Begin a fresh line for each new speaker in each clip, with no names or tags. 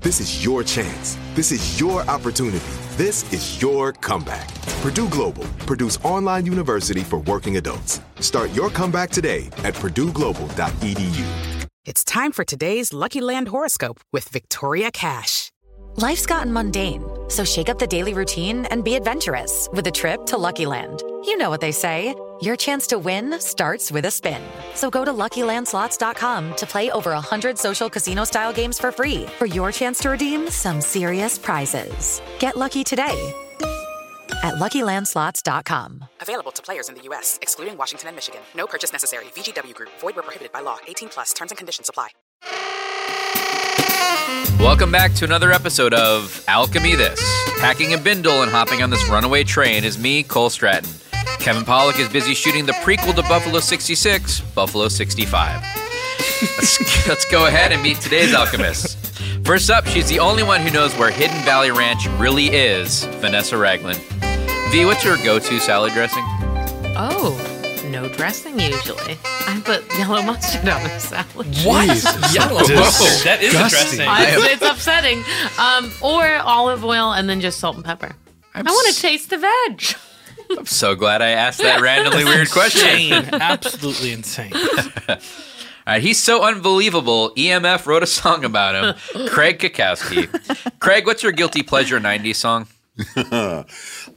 This is your chance. This is your opportunity. This is your comeback. Purdue Global, Purdue's online university for working adults. Start your comeback today at E purdueglobal.edu.
It's time for today's Lucky Land horoscope with Victoria Cash.
Life's gotten mundane, so shake up the daily routine and be adventurous with a trip to Lucky Land. You know what they say, your chance to win starts with a spin. So go to luckylandslots.com to play over 100 social casino-style games for free for your chance to redeem some serious prizes. Get lucky today at LuckyLandSlots.com.
Available to players in the U.S., excluding Washington and Michigan. No purchase necessary. VGW Group. Void where prohibited by law. 18 plus. Terms and conditions apply.
Welcome back to another episode of Alchemy This. Packing a bindle and hopping on this runaway train is me, Cole Stratton. Kevin Pollock is busy shooting the prequel to Buffalo 66, Buffalo 65. let's, let's go ahead and meet today's alchemist. First up, she's the only one who knows where Hidden Valley Ranch really is, Vanessa Ragland. V, what's your go-to salad dressing?
Oh, no dressing usually. I put yellow mustard on a salad.
What?
Yellow mustard? That is
Disgusting.
interesting.
Honestly, it's upsetting. Um, or olive oil and then just salt and pepper. i want to taste the veg.
I'm so glad I asked that randomly weird question.
Insane. Absolutely insane.
All right, Uh, he's so unbelievable. EMF wrote a song about him. Craig Kakowski. Craig, what's your guilty pleasure '90s song?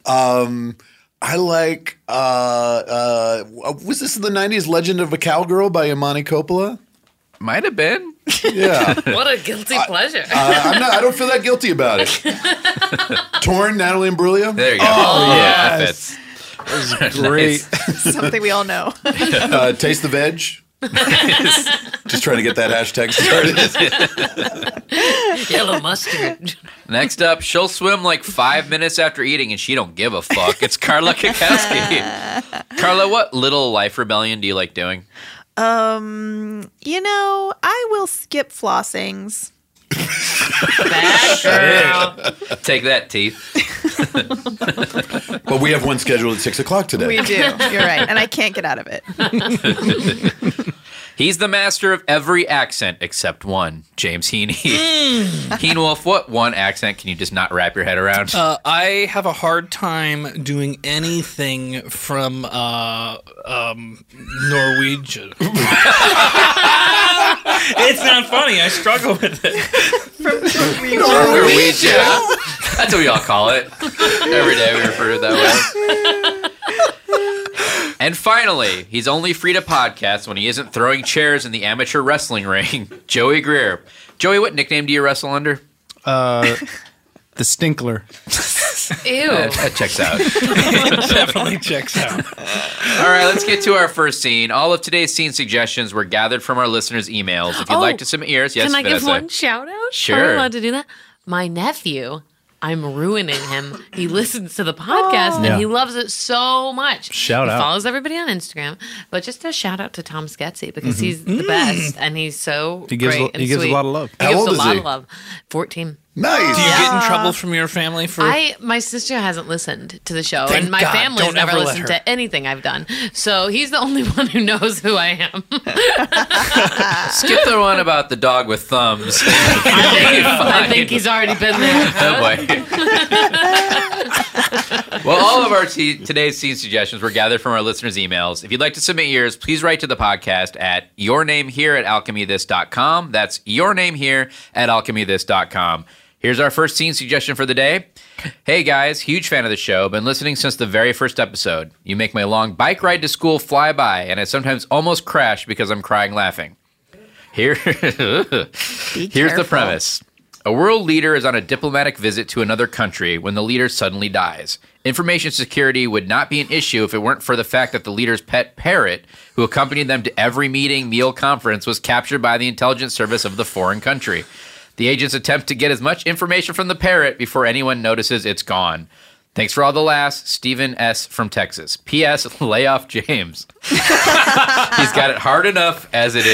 um, I like. Uh, uh, was this in the '90s? Legend of a Cowgirl by Imani Coppola.
Might have been.
Yeah.
What a guilty pleasure.
Uh, I'm not, I don't feel that guilty about it. Torn, Natalie Imbruglia.
There you go.
Oh,
yeah, that
yes.
fits.
Great.
Something we all know.
Uh, taste the veg. Just trying to get that hashtag started.
yellow mustard.
Next up, she'll swim like five minutes after eating, and she don't give a fuck. It's Carla Kakowski. Carla, what little life rebellion do you like doing?
Um, you know, I will skip flossings.
Bad girl.
Take that, teeth.
but we have one scheduled at six o'clock today.
We do. You're right, and I can't get out of it.
He's the master of every accent except one, James
Mm.
Heaney.
Mm.
Heen Wolf, what one accent can you just not wrap your head around?
Uh, I have a hard time doing anything from uh, um, Norwegian. it's not funny. I struggle with it.
Norwegian. That's what we all call it. Every day we refer to it that way. And finally, he's only free to podcast when he isn't throwing chairs in the amateur wrestling ring. Joey Greer. Joey, what nickname do you wrestle under?
Uh, the Stinkler.
Ew.
That, that checks out.
Definitely checks out.
All right, let's get to our first scene. All of today's scene suggestions were gathered from our listeners' emails. If you'd
Oh,
like to submit yours, yes,
Can I give
Vanessa.
one shout out? Are
Sure.
we allowed to do that? My nephew, I'm ruining him. He listens to the podcast and
Oh. Yeah.
he loves it so much.
Shout
he
out.
follows everybody on Instagram. But just a shout out to Tom Sketsy because
Mhm.
he's the
Mm.
best and he's so
He gives a-
great and
he gives a
sweet.
lot of love.
He
How
gives
old
a
is
lot
he?
of love. 14.
Do you get in
Yeah.
trouble from your family for?
I my sister hasn't listened to the show,
Thank
and my
God.
family's
Don't
never
ever let
listened
her.
to anything I've done. So he's the only one who knows who I am.
Skip the one about the dog with thumbs.
I think he's already been there.
oh boy. well, all of our t- today's scene suggestions were gathered from our listeners' emails. If you'd like to submit yours, please write to the podcast at your name here at alchemythis.com. That's your name here at alchemythis.com. Here's our first scene suggestion for the day. Hey guys, huge fan of the show. Been listening since the very first episode. You make my long bike ride to school fly by, and I sometimes almost crash because I'm crying laughing. Here, here's the
careful.
premise. A world leader is on a diplomatic visit to another country when the leader suddenly dies. Information security would not be an issue if it weren't for the fact that the leader's pet parrot, who accompanied them to every meeting, meal, conference, was captured by the intelligence service of the foreign country. The agents attempt to get as much information from the parrot before anyone notices it's gone. Thanks for all the laughs, Stephen S. from Texas. P.S. Lay off James. He's got it hard enough as it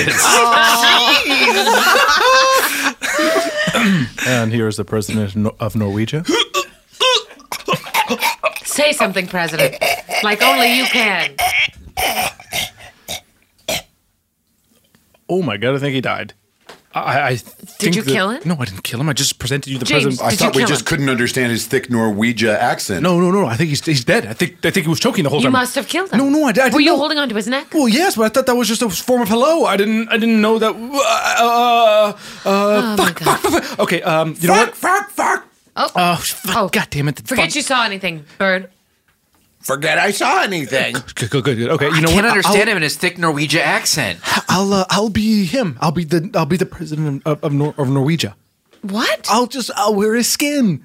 is.
and here is the president of Nor- of Norwegian.
Say something, President. Like only you can.
Oh my god, I think he died. I, I think
you
that-
kill him?
No, I didn't kill him. I just presented you the
James,
president.
I did thought you we kill just him?
couldn't understand his thick Norwegian accent. No, no, no. I think he's, he's dead. I think I think he was choking the whole
You
time.
must have killed him.
No, no, I, I didn't
Were you
know.
holding onto his neck?
Well, yes, but I thought that was just a form of hello. I didn't I didn't know that. Uh, uh, fuck, fuck, fuck, fuck. Okay, um, you know what? Fuck, fuck.
Oh,
oh, fuck, god damn it.
Forget
Fuck.
you saw anything, Bird.
Forget I saw anything. Good, good, good. good. Okay, you
I
know what?
can't understand
I'll,
him in his thick Norwegian accent.
I'll uh, I'll be him. I'll be the I'll be the president of of, Nor- of Norwegia.
What?
I'll just I'll wear his skin.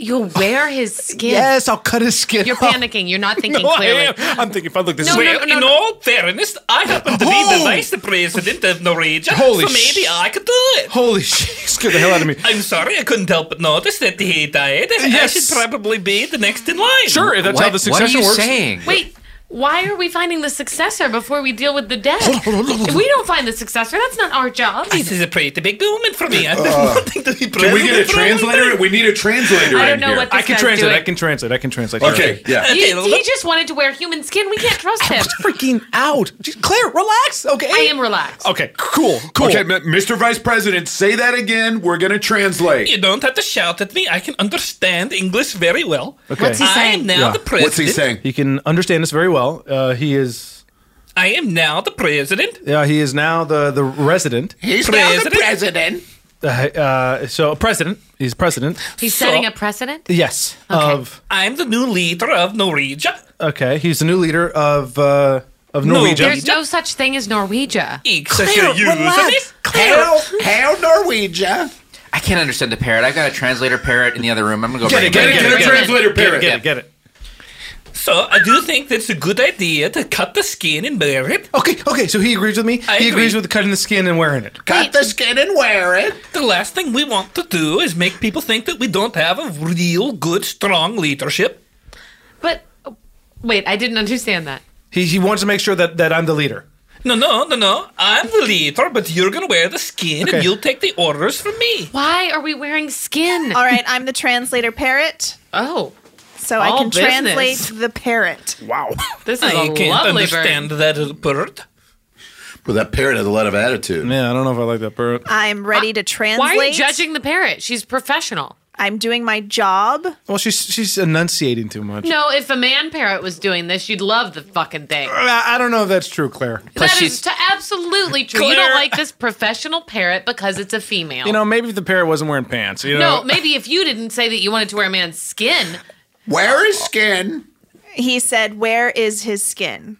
You'll wear his skin.
Yes, I'll cut his skin.
You're
off.
panicking. You're not thinking
No, I
clearly.
am.
I'm thinking if I look this
no,
way.
no, no, in all fairness, I happen to be
Oh!
the vice president of Norwegian,
Holy
so maybe
sh-
I could do it.
Holy shit! Scared the hell out of me.
I'm sorry, I couldn't help but notice that he died. I
Yes.
should probably be the next in line.
Sure, if that's What- how the what are succession you works. saying?
Wait, why are we finding the successor before we deal with the dead? If we don't find the successor, that's not our job.
This is a pretty big moment for me. I
Can
we get a
translator? We need a translator.
I don't in know here. what this
I can
guy's
translate.
doing.
I can translate. I can translate.
Okay,
He, he just wanted to wear human skin. We can't trust him.
freaking out. Claire, relax. Okay.
I am relaxed.
Okay, cool,
cool.
Okay, M- Mr. Vice President, say that again. We're gonna translate.
You don't have to shout at me. I can understand English very well.
Okay. What's he
I am now the president.
He can understand us very well. Uh, he is.
I am now the president.
Yeah, he is now the the resident.
president.
Uh, uh, so president. He's president.
He's setting a precedent.
Yes. Of
I'm the new leader of Norwegia.
okay, he's the new leader of uh, of
No,
Norwegian.
There's no such thing as Norwegia.
Claire, you- relax.
Claire.
Hail Norwegia.
I can't understand the parrot. I've got a translator parrot in the other room. I'm gonna go
Get
bring
it, get it,
back.
get it, translator
Get it,
parrot.
get
it, get it.
So I do think that's a good idea to cut the skin and bury it.
Okay, okay. So he agrees with me.
I agree.
he agrees with cutting the skin and wearing it.
Cut the skin and wear it. The last thing we want to do is make people think that we don't have a real good, strong leadership.
But oh, wait, I didn't understand that.
He he wants to make sure that that I'm the leader.
No, no, no, no. I'm the leader, but you're gonna wear the skin
Okay.
and you'll take the orders from me.
Why are we wearing skin?
All right, I'm the translator parrot.
Oh.
So I
All
can
business.
translate the parrot.
Wow.
This
I can't understand that bird.
But that parrot has a lot of attitude.
Yeah, I don't know if I like that parrot.
I'm ready to translate.
Why are you judging the parrot? She's professional.
I'm doing my job.
Well, she's she's enunciating too much.
No, if a man parrot was doing this, you'd love the fucking thing.
I I don't know if that's true, Claire.
that is t- absolutely true. You don't
Claire.
like this professional parrot because it's a female.
you know, maybe if the parrot wasn't wearing pants, you know.
no, maybe if you didn't say that you wanted to wear a man's skin.
Where is skin?
He said, "Where is his skin?"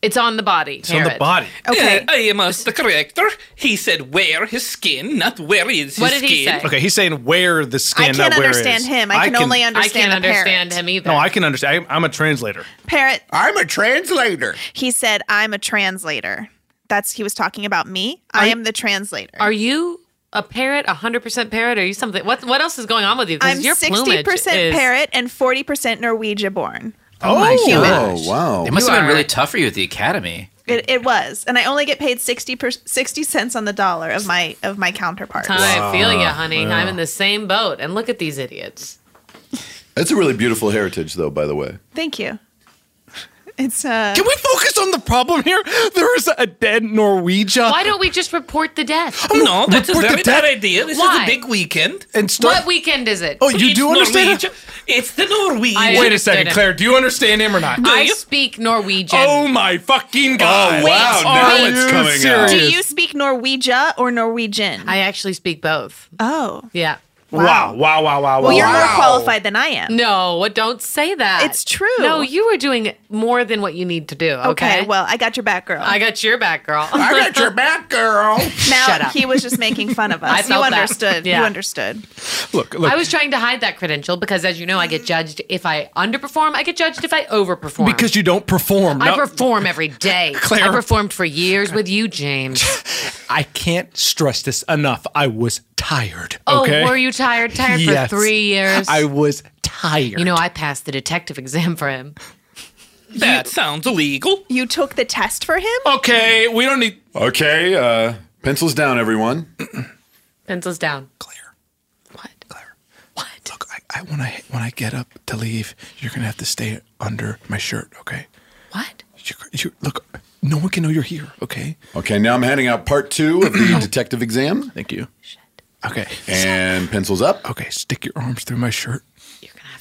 It's on the body.
It's on the body.
Okay.
Uh, I am uh, the corrector. He said, "Where his skin, not where is his
What did he
skin."
say?
Okay, he's saying wear the skin.
I
not
can't
where
understand
is.
him. I can, only understand.
I can't
the parrot.
understand him either.
No, I can understand. I, I'm a translator.
Parrot.
I'm a translator.
He said, "I'm a translator." That's he was talking about me. I am the translator.
Are you a parrot? hundred percent parrot? Are you something? What What else is going on with you? 'Cause
I'm
your
sixty percent
plumage is- Oh.
parrot and forty percent Norwegian born.
Oh,
gosh. wow.
It must
Oh, You
have been
are-
really tough for you at the academy.
It, it was, and I only get paid 60, per, 60 cents on the dollar of my of my counterpart.
I feel you,
Wow.
honey.
Yeah.
Uh.
I'm in the same boat. And look at these idiots.
That's a really beautiful heritage, though, by the way.
Thank you. It's uh.
Can we focus on the problem here? There is a dead Norwegian.
Why don't we just report the death?
Oh, No, that's a
Report the
very
death.
bad idea. This is
Why?
a big weekend.
And
what weekend is it?
Oh, you do understand?
Norwegian. It's the Norwegian.
I
Wait a
understood
second,
it.
Claire. Do you understand him or not?
I speak Norwegian.
Oh my fucking god! Are you serious?
Do you speak Norwegia or Norwegian? I
actually speak both.
Oh.
Yeah.
Wow! Wow! Wow! Wow!
Well,
wow,
you're more
wow.
qualified than I am.
No, what- don't say that.
It's true.
No, you are doing more than what you need to do. Okay.
Okay, well, I got your back, girl.
I got your back, girl.
I got your
back, girl.
now
Shut up.
he was just making fun of
I
us. you
felt that.
understood.
Yeah.
You understood.
Look, look.
I was trying to hide that credential because, as you know, I get judged if I underperform. I get judged if I overperform.
because you don't perform.
I
No,
perform every day.
Claire.
I performed for years with you, James.
I can't stress this enough. I was tired.
Oh,
okay?
were you tired? Tired
Yes.
for three years.
I was tired.
you know, I passed the detective exam for him.
That sounds illegal.
You took the test for him?
Okay, we don't need.
Okay, uh, pencils down, everyone.
Pencils down.
I, when I when I get up to leave, you're gonna have to stay under my shirt, okay?
What?
You, look, no one can know you're here, okay?
Okay, now I'm handing out part two of the detective exam.
Thank you. Okay.
And pencils up.
Okay, stick your arms through my shirt.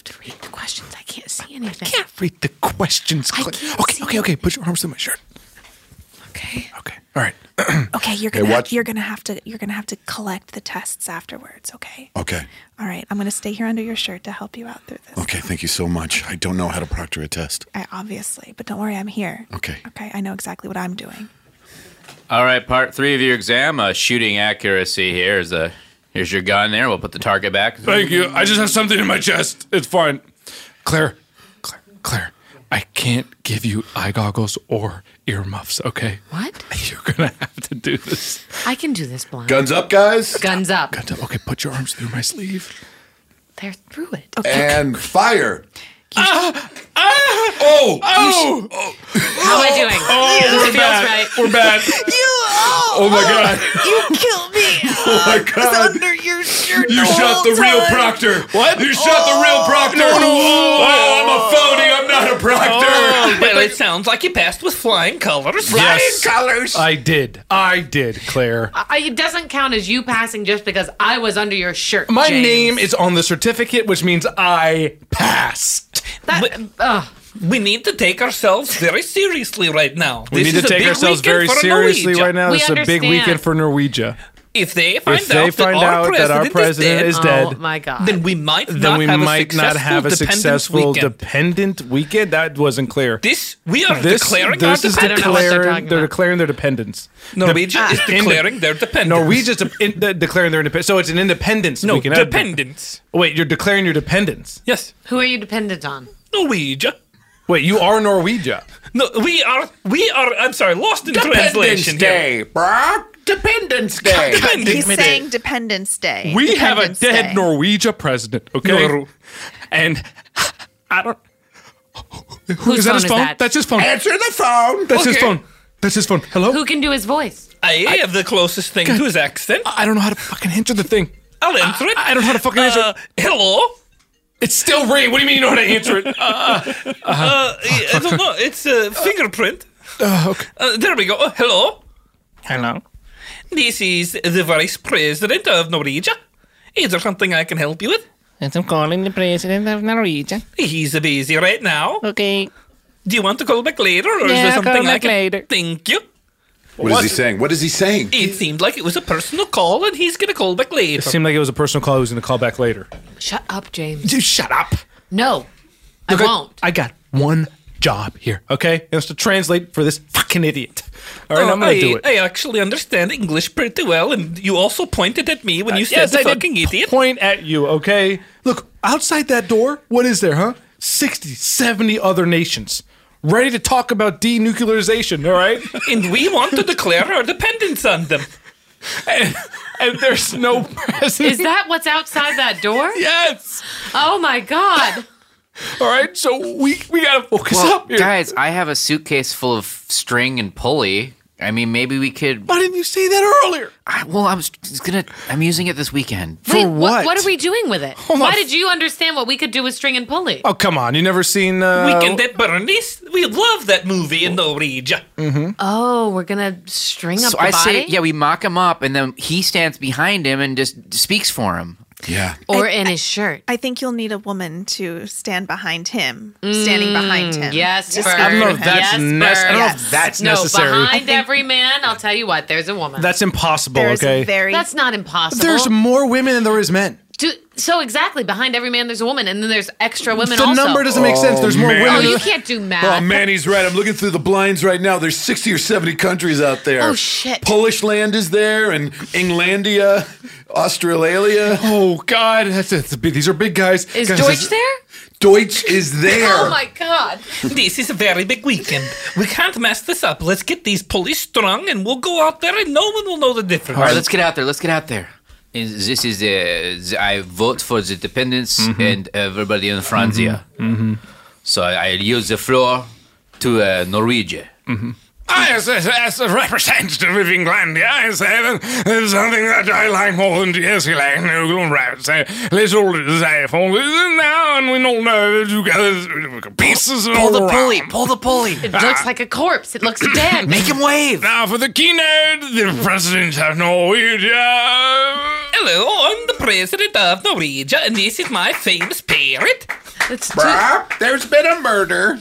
The questions, I can't see anything.
Read the questions. Cla- okay, okay, okay. Put your arms through my shirt.
Okay, you're
Hey,
gonna
watch-
you're gonna have to you're gonna have to collect the tests afterwards, okay?
Okay.
All right, I'm gonna stay here under your shirt to help you out through this.
Okay, thank you so much. I don't know how to proctor a test.
I, obviously, but don't worry, I'm here.
Okay.
Okay, I know exactly what I'm doing.
All right, part three of your exam, uh, shooting accuracy. Here's a here's your gun. There, we'll put the target back.
Thank you. I just have something in my chest. It's fine. Claire, Claire, Claire. I can't give you eye goggles or earmuffs, okay?
What?
You're gonna have to do this.
I can do this blind.
Guns up, guys.
Guns up.
Guns up. Okay, put your arms through my sleeve.
They're through it.
And fire.
Ah!
oh! Oh!
How am I doing?
Oh,
this
we're
feels
bad.
right.
We're bad.
You. Oh,
my god.
You killed me.
Oh my god.
Under your shirt.
You shot the real proctor. What? You shot the real proctor.
No, no.
Oh, I'm a phony. I'm not a proctor.
well, it sounds like you passed with flying colors.
Oh, Yes. I did. I did, Claire.
I, it doesn't count as you passing just because I was under your shirt.
My
James.
name is on the certificate, which means I passed.
But- we need to take ourselves very seriously right now.
We
This
need
is
to
a
take
big
ourselves
weekend
very
for
seriously
Norwegia.
right now. This is a big weekend for Norwegia.
If they find
If they
out,
find
that, our
out that our president is dead,
Oh my god.
then we might
Then
not
we
have
might
a
not have a
dependent
successful
weekend.
dependent weekend. That wasn't clear.
This- we are
this,
declaring
this
our
is
dependence. I don't know what they're
declaring
talking
they're declaring their dependence.
Norwegia
Ah.
Dep-
is
ind-
declaring their dependence.
Norwegia's de- in- de- declaring their independence. So it's an independence
No,
weekend.
dependence.
Wait, you're declaring your dependence.
Yes.
Who are you dependent on?
Norwegia.
Wait, you are Norwegia.
No, we are we are. I'm sorry, lost in
Dependence
translation.
Day,
bro. Dependence day.
He's
Dependence day.
saying Dependence Day.
We have a
Dependence
dead
Day.
Norwegia president, okay?
No.
And I don't. Who
Whose
is that? His
phone is
phone?
that?
That's his phone.
Answer
the phone.
That's his
Okay.
phone. That's his phone. Hello.
Who can do his voice?
I have the closest thing to his accent.
I don't know how to fucking answer the thing.
I'll answer it.
I don't know how to fucking answer.
Uh, hello.
It's still Uh-huh. ringing. What do you mean you know how to answer it?
Uh, I don't know. It's a fingerprint. Uh, there we go. Uh, hello. Hello. This is the vice president of Norwegia. Is there something I can help you with?
Yes, I'm calling the president of Norwegian.
He's busy right now.
Okay.
Do you want to call back later, or is
Yeah,
there
call
something I
back
can?
later.
Thank you.
What is he saying? What is he saying?
It seemed like it was a personal call, and he's gonna call back later.
It seemed like it was a personal call. He was going to call back later.
Shut up, James.
Dude, shut up.
No,
Look,
I won't.
I got one job here, okay? It's to translate for this fucking idiot. All right,
Oh,
I'm going
I,
to do it.
I actually understand English pretty well, and you also pointed at me when you said
Uh, yes,
the
I did
fucking idiot.
Point at you, okay? Look, outside that door, what is there, huh? 60, 70 other nations ready to talk about denuclearization, all right?
and we want to declare our dependence on them.
And, and there's no president.
Is that what's outside that door?
yes.
Oh my God.
All right, so we we gotta focus up here.
guys, I have a suitcase full of string and pulley. I mean, maybe we could.
Why didn't you say that earlier?
I, well, I was just gonna. I'm using it this weekend.
Wait, what? What are we doing with it? Why did you understand what we could do with string and pulley?
Oh, come on. You never seen. Uh,
Weekend at Bernie's. We love that movie in Norwegia.
Mm-hmm.
Oh, we're gonna string up
So
the
I
body,
say, yeah, we mock him up, and then he stands behind him and just speaks for him.
Yeah.
or in his shirt.
I think you'll need a woman to stand behind him, standing behind him.
Mm, yes,
Just
Bert.
I don't know if
Yes,
that's nec-
Bert.
I don't know if Yes. that's
no,
necessary. I
Behind
think-
every man, I'll tell you what, there's a woman.
That's impossible, okay?
That's not impossible.
There's more women than there is men.
Do, so exactly behind every man there's a woman, and then there's extra women.
The
also.
number doesn't make sense. There's more
man.
Oh,
women.
you can't do math.
Oh man, he's right. I'm looking through the blinds right now. There's 60 or 70 countries out there.
Oh, shit.
Polish land is there, and Englandia, Australalia.
Oh God, that's, that's big, these are big guys.
Is Deutsch there?
Deutsch is there.
Oh my god.
This is a very big weekend. We can't mess this up. Let's get these pulleys strung, and we'll go out there, and no one will know the difference.
All right, let's get out there. Let's get out there. Is- This is the, the- I vote for the dependents and everybody in Francia.
Mm-hmm.
So I, I use the floor to uh, Norwegia.
I, as, as, as a representative of Englandia, I say that there's something that I like more than Jesse like noodle rabbit. So let's all say for this and uh, now, and we all know together uh, pieces
Pull the
pulley,
pull the pulley. It looks like a corpse. It looks dead. Make
him wave.
Now for the keynote, the president of Norwegia.
Hello, I'm the president of Norwegia, and this is my famous parrot.
It's
there's been a murder.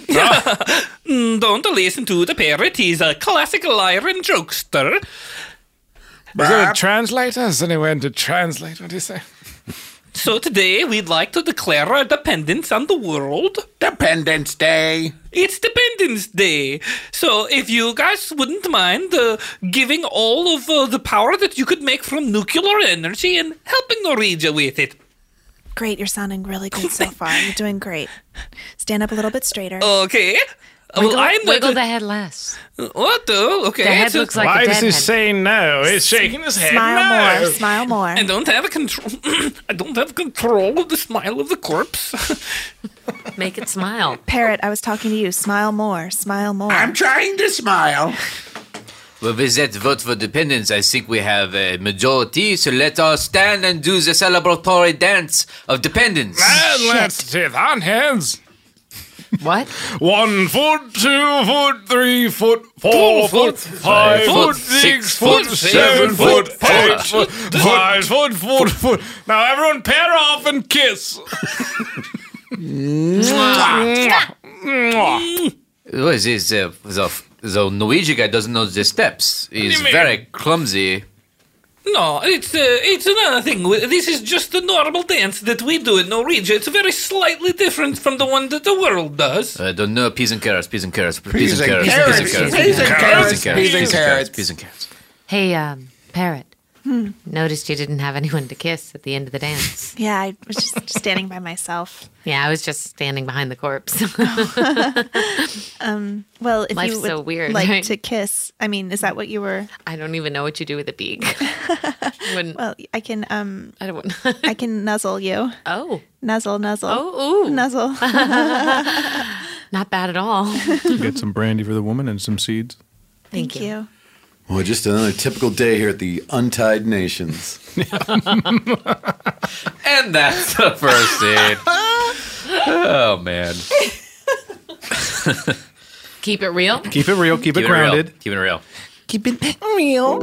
Mm, Don't listen to the parrot. He's a classical iron jokester.
Is there a translator? Is anyone to translate what do you say?
So today we'd like to declare our dependence on the world.
Dependence Day.
It's Dependence Day. So if you guys wouldn't mind uh, giving all of uh, the power that you could make from nuclear energy and helping Norwegia with it.
Great, you're sounding really good so far. You're doing great. Stand up a little bit straighter.
Okay.
Wiggle-
wiggle the head less.
What the? Okay.
The head looks like a Why does dead he head.
say no? Oh, He's shaking his head
Smile more. Smile more.
I don't have control. I don't have control of the smile of the corpse.
Make it smile.
Parrot, I was talking to you. Smile more. Smile more. I'm
trying to smile.
Well, with that vote for dependence, I think we have a majority. So let us stand and do the celebratory dance of dependence.
And let's do that, heads.
What?
One foot, two foot, three foot, four
Four foot,
foot, five
five
foot,
foot,
six
six
foot,
foot,
seven
seven
foot,
foot,
eight
eight
foot,
foot,
five foot, foot, foot. Now everyone pair off and kiss.
Mwah. Who is this? Uh, the, the Norwegian guy doesn't know the steps. He's very clumsy.
No, it's uh, it's another thing. This is just the normal dance that we do in Norwegia. It's very slightly different from the one that the world does.
I Uh, don't know. Peas and carrots, peas and carrots, peas and carrots,
carrots, peas and
peas
carrots,
and
peas and
carrots, peas and carrots.
Hey, um, parrot.
Hmm.
Noticed you didn't have anyone to kiss at the end of the dance.
Yeah, I was just just standing by myself.
Yeah, I was just standing behind the corpse.
Um, well, if
Life's
you would
so weird,
like
right?
to kiss, I mean, is that what you were?
I don't even know what you do with a beak. Wouldn't.
Well, I can. Um,
I don't.
I can nuzzle you.
Oh,
nuzzle, nuzzle.
Oh, ooh,
nuzzle.
Not bad at all.
Get some brandy for the woman and some seeds.
Thank you.
Well, just another typical day here at the Untied Nations.
And that's the first scene. oh man.
Keep it real.
Keep it real. Keep, it grounded.
Real. Keep it real.
Keep it real.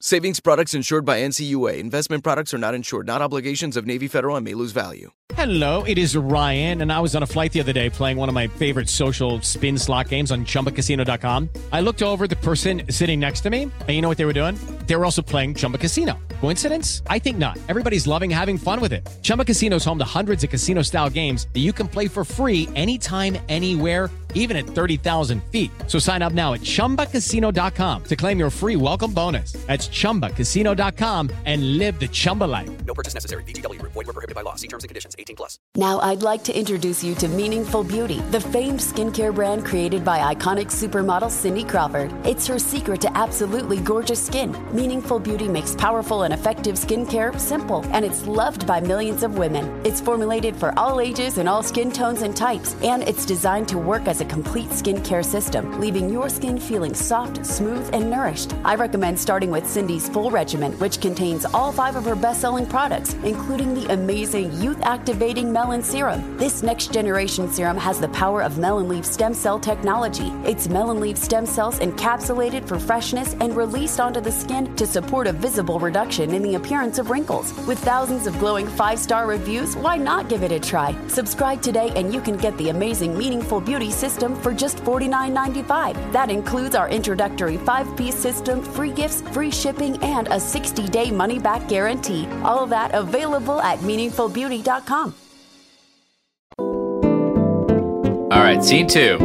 Savings products insured by NCUA. Investment products are not insured, not obligations of Navy Federal and may lose value.
Hello, it is Ryan, and I was on a flight the other day playing one of my favorite social spin slot games on chumbacasino.com. I looked over at the person sitting next to me, and you know what they were doing? They were also playing Chumba Casino. Coincidence? I think not. Everybody's loving having fun with it. Chumba Casino is home to hundreds of casino style games that you can play for free anytime, anywhere even at 30,000 feet. So sign up now at ChumbaCasino.com to claim your free welcome bonus. That's ChumbaCasino.com and live the Chumba life.
No purchase necessary. VGW Group. Void were prohibited by law. See terms and conditions. 18 plus.
Now I'd like to introduce you to Meaningful Beauty, the famed skincare brand created by iconic supermodel Cindy Crawford. It's her secret to absolutely gorgeous skin. Meaningful Beauty makes powerful and effective skincare simple, and it's loved by millions of women. It's formulated for all ages and all skin tones and types, and it's designed to work as a complete skincare system, leaving your skin feeling soft, smooth, and nourished. I recommend starting with Cindy's full regimen, which contains all five of her best-selling products, including the amazing Youth Activating Melon Serum. This next generation serum has the power of melon leaf stem cell technology. It's melon leaf stem cells encapsulated for freshness and released onto the skin to support a visible reduction in the appearance of wrinkles. With thousands of glowing five-star reviews, why not give it a try? Subscribe today and you can get the amazing Meaningful Beauty system for just $49.95. That includes our introductory five piece system, free gifts, free shipping, and a 60 day money back guarantee. All that available at meaningfulbeauty.com.
All right, scene two.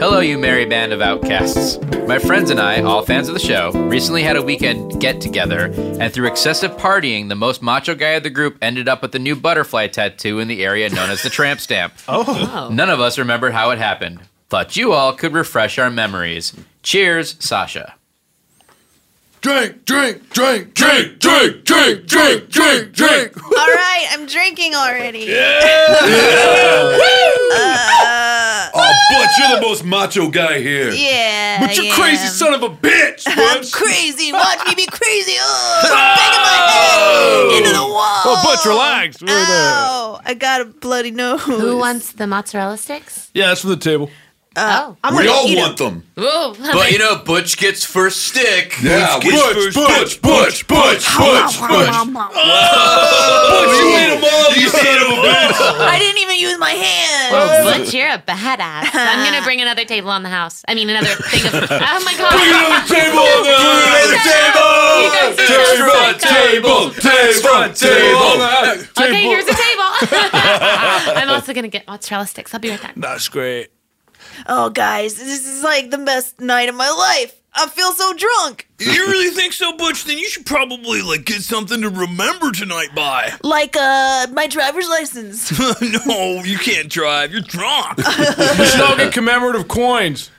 Hello, you merry band of outcasts. My friends and I, all fans of the show, recently had a weekend get together, and through excessive partying, the most macho guy of the group ended up with a new butterfly tattoo in the area known as the tramp stamp.
Oh.
None of us remembered how it happened. Thought you all could refresh our memories. Cheers, Sasha.
Drink, drink, drink, drink, drink, drink, drink, drink, drink.
All right, I'm drinking already.
Uh,
Oh, Butch, you're the most macho guy here.
Yeah,
But you're
yeah.
crazy son of a bitch,
I'm
Butch.
crazy. Watch me be crazy. Oh, banging my head into the wall.
Well, Butch, relax. We're there.
Oh, I got a bloody nose. Who wants the mozzarella sticks?
Yeah, that's from the table.
Uh, I'm
we
gonna
all
eat
want
them.
them.
Whoa.
But you know, Butch gets first stick.
Yeah,
Butch,
Butch, Butch, Butch, Butch, Butch, Butch.
Butch, you ate 'em all, you son of a
I didn't even use my hand.
Well, Butch, you're a badass. I'm gonna bring another table on the house. I mean, another thing of. Oh my god!
Bring another table! Bring another
You guys are so
Front table, table, front table.
Okay, here's a table. I'm also gonna get mozzarella sticks. I'll be right back.
That's great.
Oh, guys, this is like the best night of my life. I feel so drunk.
You really think so, Butch? Then you should probably like get something to remember tonight by.
Like uh, my driver's license.
no, you can't drive. You're drunk.
We should all get commemorative coins.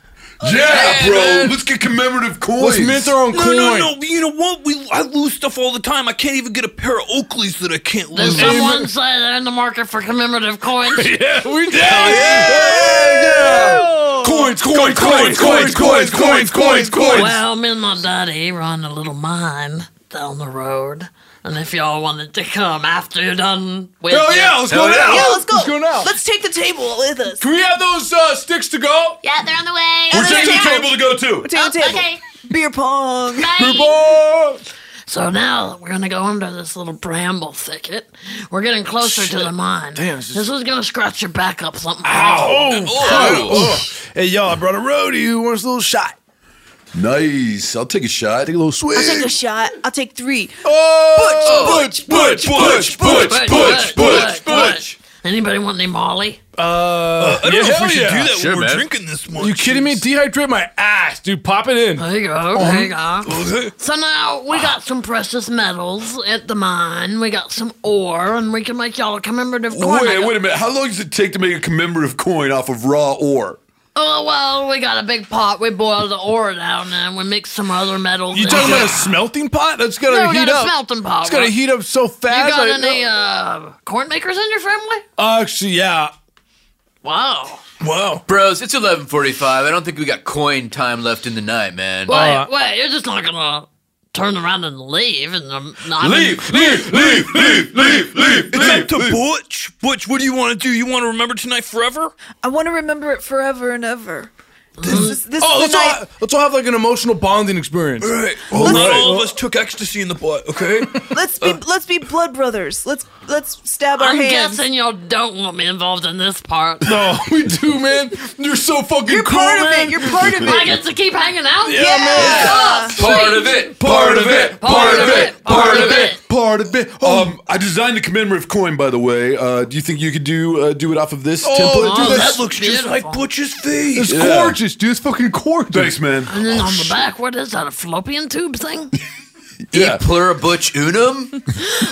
Yeah, bro.
Let's get commemorative coins.
What's
Let's mint our own
no,
coin.
No, no, You know what? We I lose stuff all the time. I can't even get a pair of Oakleys that I can't
Does
lose.
someone say they're in the market for commemorative coins?
Yeah,
we
did.
Coins, coins, coins, coins, coins, coins, coins, coins.
Well, me and my daddy run a little mine down the road. And if y'all wanted to come after you're done with
Hell
it-
yeah, let's go Hell now.
Yeah, let's go.
Let's go now.
Let's take the table with us.
Can we have those uh, sticks to go?
Yeah, they're on the way.
We're taking the table to go too.
Potato
Oh,
table.
okay.
Beer pong.
Beer
pong.
So now we're gonna go under this little bramble thicket. We're getting closer to the mine. Damn, this, is gonna scratch your back up something.
Ow. oh,
Oh.
Hey, y'all, I brought a roadie who wants a little shot. Nice. I'll take a shot. Take a little swig.
I'll take a shot. I'll take three.
Oh,
Butch,
Butch, Butch, Butch, Butch, Butch, Butch,
Butch. Anybody want any Molly?
Uh,
I don't know if we should
yeah.
do that when we're drinking this much.
You kidding me? Dehydrate my ass, dude. Pop it in. Uh-huh.
There you go. There you go. So now we got some precious metals at the mine. We got some ore, and we can make y'all a commemorative coin. I
Wait,
got-
wait a minute. How long does it take to make a commemorative coin off of raw ore?
Oh well, we got a big pot. We boiled the ore down, and we mixed some other metals.
You
in
talking
it.
about a smelting pot? That's
No,
gonna
we
heat
got a
up.
smelting pot,
It's gonna
right?
heat up so fast.
You got
I-
any uh, corn makers in your family?
Actually, yeah.
Wow.
Wow. Bros, it's 11.45. I don't think we got coin time left in the night, man.
Wait,
Uh,
wait, you're just not gonna turn around and leave and um, I mean-
Leave, leave, leave, leave, leave, leave. It's up to Butch. Butch, what do you want to do? You want to remember tonight forever?
I want to remember it forever and ever. This is this
oh,
is
let's
the
all,
night.
have- let's all have like an emotional bonding experience.
Right.
All
Well, not
right.
all of us took ecstasy in the butt, okay?
Let's
Uh.
be let's be blood brothers. Let's let's stab our
I'm
hands.
guessing y'all don't want me involved in this part.
No, we do, man. You're so fucking
You're
cool,
part of
man.
it. You're part of it. I get to keep hanging out?
Yeah,
Yeah.
man.
Oh,
Part of it. Part of it. Part of it. Part of it.
Part of it. Oh.
Um, I designed a commemorative coin, by the way. Uh, do you think you could do uh, do it off of this
Oh, dude,
template? Dude,
that's-
that looks just
beautiful.
like Butch's face.
It's gorgeous, dude. It's fucking gorgeous.
Thanks, man.
And then on the back, what is that? A fallopian tube thing?
Yeah.
Pluributch unum?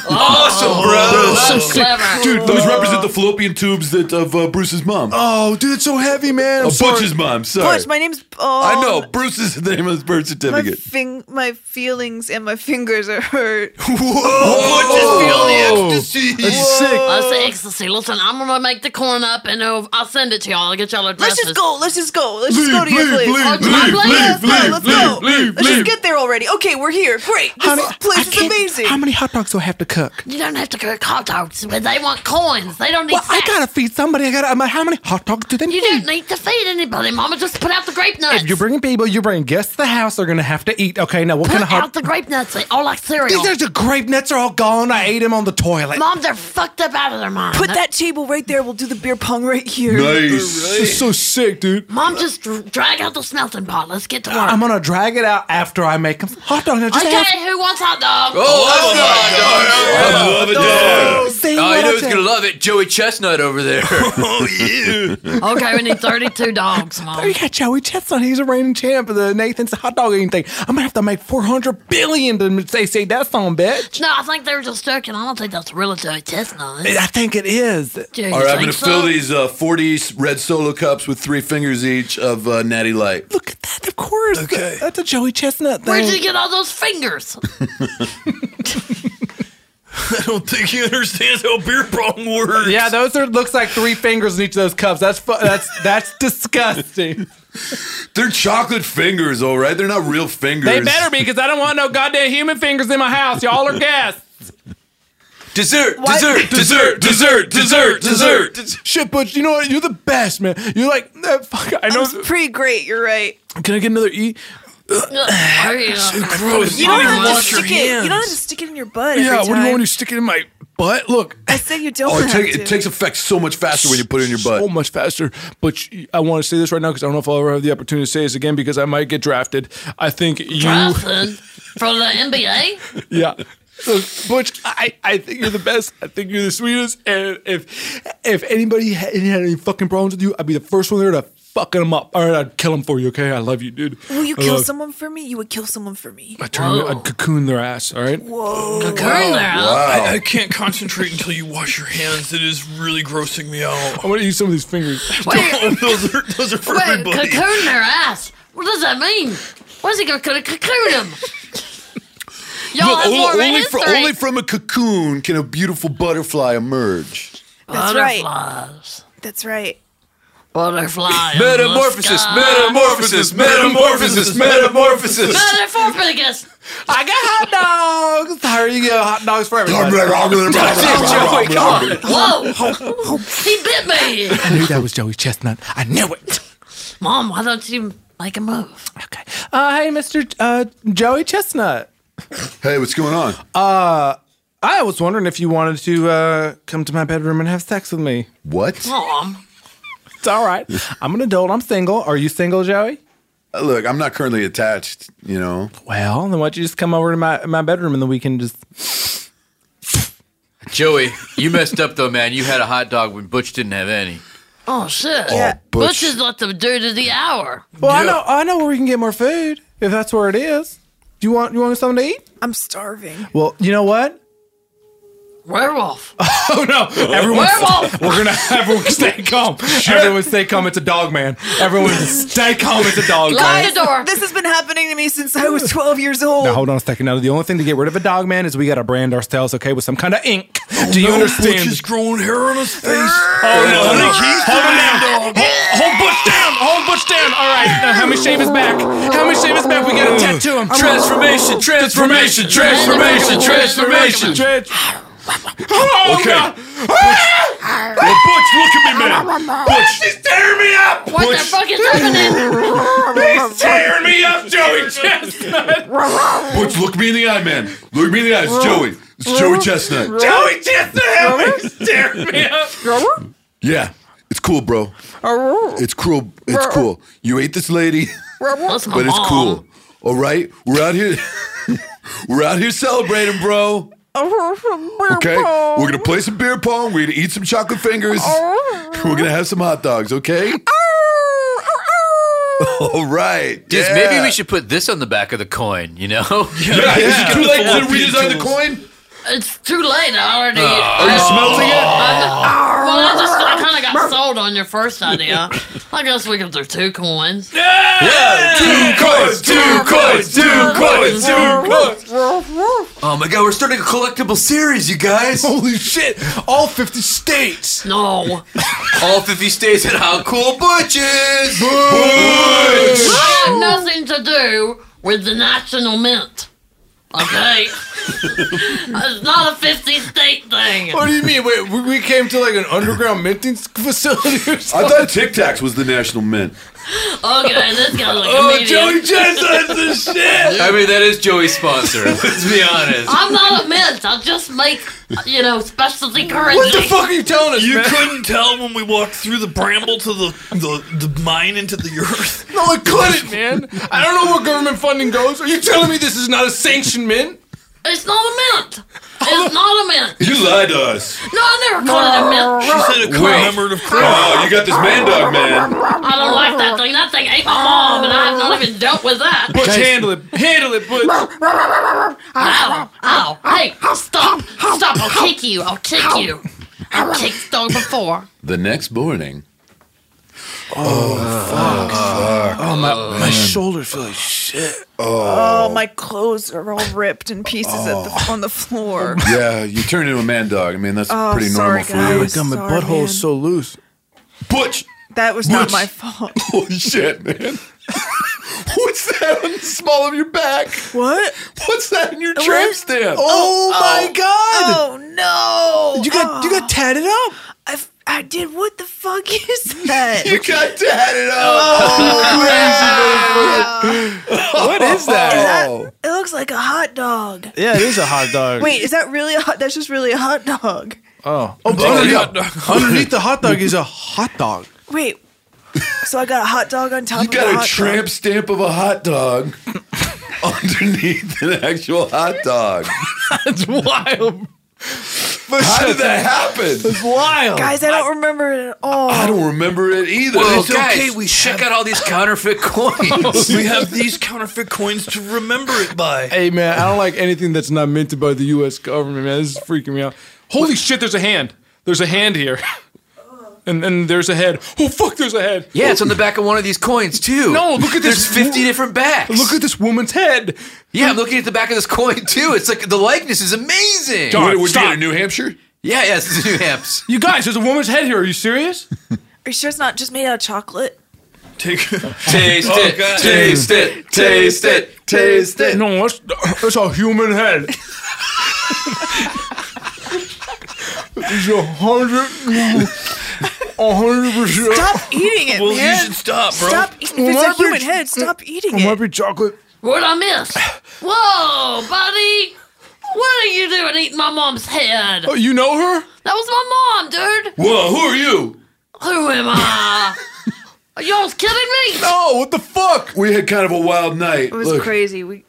Awesome,
Oh,
bro.
Oh, that's so clever.
Dude, those represent the fallopian tubes that of uh, Bruce's mom.
uh, Oh, dude, it's so heavy, man.
Oh, Butch's mom, sorry.
Butch, my name's. Oh,
I know. Bruce's the name of his birth
My
certificate.
fing, my feelings and my fingers are hurt. Oh.
Whoa. Butch is feeling the ecstasy. That's sick.
That's the ecstasy. Listen, I'm gonna make the corn up and I'll I'll send it to y'all. I'll get y'all
Let's
addresses.
just go. Let's just go. Let's just go to your place.
Oh, to my place?
let's go. Let's go.
leave,
let's
leave.
just get there already. Okay, we're here. Great. This
Honey,
place is amazing.
How many hot dogs do I have to cook?
You don't have to cook hot dogs, but they want coins. They don't need
Well, I
sex.
gotta feed somebody. I gotta. I'm like, how many hot dogs do they
You
need?
don't need to feed anybody, Mama. Just put out the grape nuts.
If you're bringing people, you're bringing guests to the house. They're gonna have to eat. Okay, now what
put
kind of hot?
out the grape nuts. They all like cereal.
These are the grape nuts are all gone. I ate them on the toilet.
Mom, they're fucked up out of their mind.
Put that table right there. We'll do the beer pong right here.
It's so sick, dude.
Mom, just dr- drag out the smelting pot. Let's get to work.
I'm gonna drag it out after I make them hot dogs. Now, just
okay,
have-
who wants hot dog?
I love it, dog.
Say
Oh, you
what
know
I
who's
said.
going to love it? Joey Chestnut over there. oh, yeah.
Okay, we need 32 dogs, Mom.
You got Joey Chestnut. He's a reigning champ of the Nathan's hot dog eating thing. I'm gonna have to make 400 billion to say say that song, bitch.
No, I think they're just joking. I don't think that's real Joey Chestnut.
I think it is.
Do you
All right,
think
I'm going to
so?
fill these uh, 40 red solo cups with three fingers each of uh, Natty Light.
Look at that, of course. Okay. That's a Joey Chestnut thing.
Where'd you get all those fingers?
I don't think he understands how beer pong works.
Yeah, those are looks like three fingers in each of those cups. That's fu- that's that's disgusting.
They're chocolate fingers, all right? They're not real fingers.
They better be because I don't want no goddamn human fingers in my house. Y'all are guests. Dessert,
What?
dessert, dessert, dessert, dessert, dessert.
Shit, Butch, you know what? You're the best, man. You're like, eh, fuck, I know.
pretty great. You're right.
Can I get another E?
you
gross.
don't
You
have to
wash your
stick it. You don't have to
hands.
stick it in your butt. every
Yeah, what do you want
time.
when you stick it in my butt? Look.
I said you don't
Oh, it,
have
take,
to.
it takes effect so much faster when you put it in your butt.
So much faster. But sh- I want to say this right now because I don't know if I'll ever have the opportunity to say this again because I might get drafted. I think you.
Drafted from the NBA.
yeah. Look, Butch, I, I think you're the best. I think you're the sweetest. And if if anybody had, had any fucking problems with you, I'd be the first one there to fucking them up. All right, I'd kill them for you. Okay, I love you, dude.
Will you
I
kill
love-
someone for me? You would kill someone for me.
I turn, I'd cocoon their ass. All right.
Whoa.
I, I can't concentrate until you wash your hands. It is really grossing me out.
I want to eat some of these fingers.
Don't- those are those are for
Wait,
everybody.
cocoon their ass. What does that mean? What's he gonna co- cocoon him? Y'all
Look,
have more of
only,
a
only fro-
history.
only from a cocoon can a beautiful butterfly emerge.
That's right.
Butterflies.
That's right.
Butterfly. in the
Metamorphosis,
sky.
metamorphosis,
metamorphosis, metamorphosis.
Metamorphosis.
I got hot dogs. There you go. Hot dogs for everybody.
Oh
Whoa! he bit me.
I knew that was Joey Chestnut. I knew it.
Mom, why don't you make a move?
Uh, hey, Mr. Uh, Joey Chestnut.
Hey, what's going on?
Uh, I was wondering if you wanted to uh, come to my bedroom and have sex with me.
What?
Mom.
It's all right. I'm an adult. I'm single. Are you single, Joey?
Uh, Look, I'm not currently attached, you know.
Well, then why don't you just come over to my, my bedroom and then we can just.
Joey, you messed up though, man. You had a hot dog when Butch didn't have any.
Oh shit!
Oh, Butch.
Butch is like the dude of the hour.
Well, I know I know where we can get more food if that's where it is. Do you want you want something to eat?
I'm starving.
Well, you know what?
Werewolf.
Oh no! Everyone,
Werewolf.
we're gonna everyone stay calm. Everyone stay calm. It's a dog man. Everyone stay calm. It's a dog
Guys,
man.
This has been happening to me since I was 12 years old.
Oh, Now hold on a second. Now the only thing to get rid of a dog man is we gotta brand ourselves, okay, with some kind of ink. Do you understand?
Oh, Butch is growing hair on his face. Oh
no,
Honey,
no.
he's
Hold
growing
it
hair.
down. Hold, hold Butch down. Hold Butch down. All right. Now, how many shave his back? How many shave his back? We gotta tattoo him.
Transformation, transformation, transformation, transformation.
Trans- Ah!
Oh, okay. God. Well, Butch, look at me, man. Butch, he's tearing me up.
What the
Butch.
fuck is happening?
He's tearing me up, Joey Chestnut.
Butch, look me in the eye, man. Look me in the eye. It's Joey. It's Joey Chestnut.
Joey Chestnut, help me. He's tearing me up.
Yeah, it's cool, bro. It's cool. It's cool. You ate this lady,
That's my
but it's
mom.
cool. All right, we're out here. we're out here celebrating, bro. Okay, we're gonna play some beer pong. We're gonna eat some chocolate fingers. We're gonna have some hot dogs. Okay. All right.
Dude,
yeah.
maybe we should put this on the back of the coin, you know? Yeah,
yeah. Too late to redesign the coin.
It's too late. I already.
Are you
smelting it?
I- well, I just I kind of got sold on your first idea. I guess we can do two coins.
Two coins, two coins, two coins, two coins. Oh my god, we're starting a collectible series, you guys.
Holy shit. All 50 states.
No.
All 50 states and how cool Butch is.
I have nothing to do with the national mint. Okay, it's not a fifty-state thing.
What do you mean? Wait, we- we came to like an underground minting s- facility or
I
something?
thought Tic Tacs was the national mint.
Okay, this guy's like
Oh,
comedian.
Joey Chestnut's the shit.
I mean, that is Joey's sponsor. Let's be honest.
I'm not a mint. I just make, you know, specialty currency.
are you telling us?
You
man?
couldn't tell when we walked through the bramble to the the, the mine into the earth.
No, I couldn't, man. I don't know where government funding goes. Are you telling me this is not a sanctioned mint?
It's not a mint. It's not a mint.
You lied to us.
No, I never called it a mint.
commemorative
Oh, you got this man dog, man.
I don't like that thing. That thing ate my mom, and I have not even dealt with that.
Butch, handle it. Handle it, Butch.
Ow, ow, hey, stop, stop. I'll kick you. I'll kick you. I've kicked dog before.
The next morning. Oh, fuck.
Oh, my,
man.
shoulders feel like shit.
Oh, my clothes are all ripped in pieces at
Oh.
the, on the floor.
yeah, you turned into a man dog. I mean, that's
Oh,
pretty
sorry,
normal for you.
guys. God, my Sorry, butthole is man.
so loose.
Butch!
That was not
Butch.
my fault.
Holy shit, man. What's that on the small of your back?
What?
Oh
What's that in your tramp stamp?
Oh,
oh.
my God. Oh, no!
You got you got tatted up.
I I did. What the fuck is that?
You got tatted up.
Oh, crazy
What Oh. is that?
Is that? It looks like a hot dog.
Yeah, it is a hot dog.
Wait, is that really a hot? That's just really a hot dog.
Oh, oh, underneath, underneath the hot dog is a hot dog.
Wait, so I got a hot dog on top.
You
of the
got
hot
a tramp stamp of a hot dog underneath an actual hot dog.
That's wild.
How did that happen? It's
wild.
Dog. Guys, I don't remember it at all.
I don't remember it either.
Well,
It's
guys,
okay,
we check out all these counterfeit coins.
We have
these counterfeit coins to remember it by.
Hey man, I don't like anything that's not minted by the U.S. government. Man, this is freaking me out.
Holy shit! There's a hand. There's a hand here, and and there's a head. Oh fuck! There's a head.
Yeah, it's on the back of one of these coins too.
No, look at
There's
this.
50 different backs.
Look at this woman's head.
Yeah, I'm looking at the back of this coin too. It's like the likeness is amazing.
Darn, What, would you stop. get in
New
Hampshire?
Yeah, yes, it's New Hampshire.
You guys, there's a woman's head here. Are you serious?
Are you sure it's not just made out of chocolate?
Take
Taste
Oh,
it,
God.
taste it, taste it, taste it.
No, that's,
øh,
that's
er
a human head.
It's a hundred, a hundred percent.
Stop eating it, man. Stop eating
er
If it's a human head, stop eating
It might
it.
be er chocolate.
What'd I miss? Whoa, buddy! What are you doing eating my mom's head?
Oh, you know her?
That was my mom, dude!
Whoa, who are you?
Who am I? are y'all kidding me?
No, what the fuck? We had kind of a wild night. Look,
crazy. We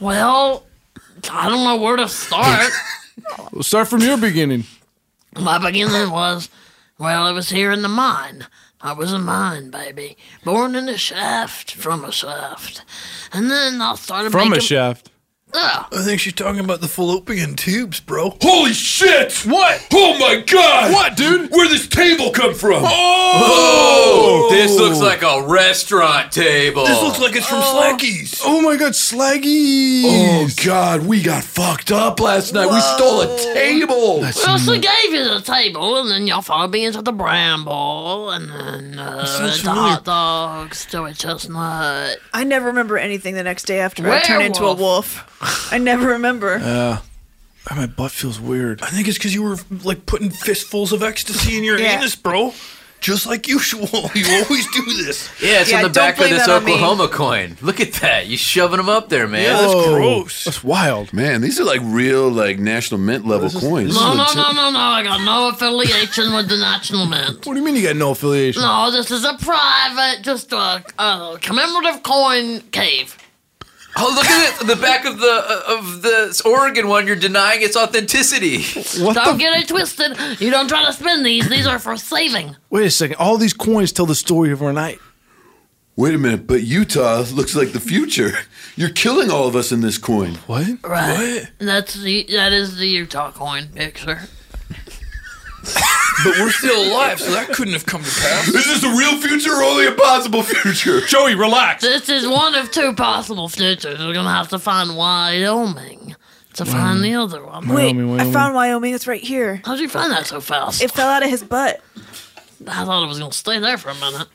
Well, I don't know where to start.
Well, start from your beginning.
My beginning was, well, I was here in the mine. I was a mine baby, born in a shaft from a shaft, and then I started
From a
making-
shaft.
Ugh.
I think she's talking about the fallopian tubes, bro.
Holy shit!
What?
Oh my god!
What, dude?
Where'd this table come from?
Oh, this looks like a restaurant table.
like it's from Slackies. Oh my god, Slaggies! Oh god, we got fucked up last night. We stole a table.
Well,
uh,
she gave you the table, and then y'all followed me into the bramble, and then uh,
sounds
the
familiar.
hot dogs to a chestnut.
I never remember anything the next day after I turn into a wolf. I never remember.
Uh, my butt feels weird.
I think it's because you were like putting fistfuls of ecstasy in your
Yeah.
anus, bro. Just like usual, you always do this.
Yeah, it's
Yeah,
on the
don't
back of
blame
this
that on me.
Oklahoma coin. Look at that. You shoving them up there, man.
That's wild.
Man, these are like real like national mint level coins.
No, no, no, no, no! I got no affiliation with the National Mint.
What do you mean you got no affiliation?
No, this is a private, just a, a commemorative coin cave.
Oh,
look at it. The back of the uh, of the Oregon one, you're denying its authenticity.
don't get it twisted. You don't try to spend these. These are for saving.
Wait a second. All these coins tell the story of our night.
Wait a minute, but Utah looks like the future. You're killing all of us in this coin.
What?
Right. That's the that is the Utah coin picture.
But we're still alive, so that couldn't have come to pass.
Is this the real future or only a possible future?
Joey, relax.
This is one of two possible futures. We're gonna have to find Wyoming to find the other one.
Um, Wait, I found Wyoming. It's right here.
How'd you find that so fast?
It fell out of his butt.
I thought it was gonna stay there for a minute.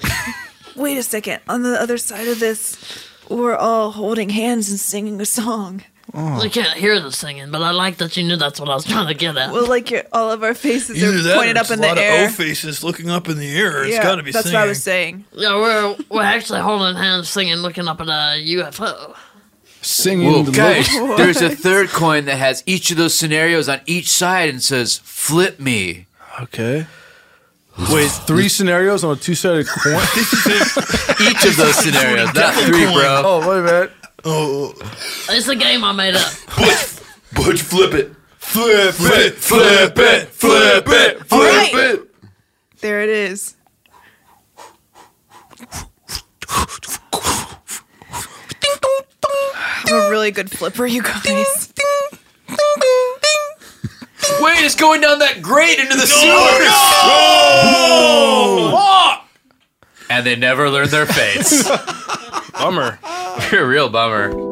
Wait a second. On the other side of this, we're all holding hands and singing a song.
Oh.
I can't hear the singing, but I like that you knew that's what I was trying to get at.
Well, like your, all of our faces
Either
are
that,
pointed
or
up
it's
in
a
the
lot
air.
of O faces looking up in the air. It's
Yeah,
got to be
that's
singing.
what I was saying.
yeah, we're we're actually holding hands, singing, looking up at a UFO.
Singing
Whoa,
the
guys,
little-
there's a third coin that has each of those scenarios on each side and says, flip me.
Okay. Wait, three scenarios on a two-sided coin.
Each of those scenarios, not three, bro.
Oh wait a minute. Oh,
It's a game I made up.
Butch, flip it. Flip,
it, flip
it, flip it, flip
Right.
it.
There it is. I'm a really good flipper, you guys.
Wait, it's going down that grate into the
sewers.
Oh.
And they never learn their fates. bummer. You're a real bummer.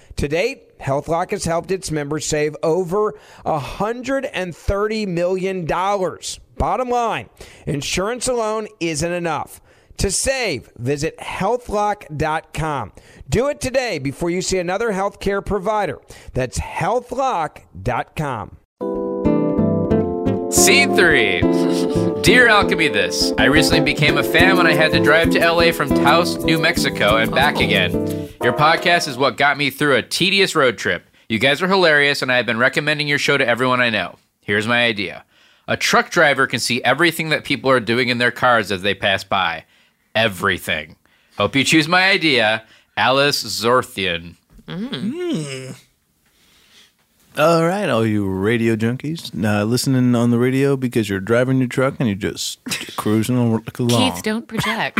To date, HealthLock has helped its members save over $130 million. Bottom line, insurance alone isn't enough. To save, visit healthlock.com. Do it today before you see another healthcare provider. That's healthlock.com.
Scene three. Dear Alchemy, this. I recently became a fan when I had to drive to LA from Taos, New Mexico, and
Oh.
back again. Your podcast is what got me through a tedious road trip. You guys are hilarious, and I have been recommending your show to everyone I know. Here's my idea A truck driver can see everything that people are doing in their cars as they pass by. Everything. Hope you choose my idea, Alice Zorthian.
Mm.
All right, all you radio junkies, uh, listening on the radio because you're driving your truck and you're just cruising al- along.
Keith, don't project.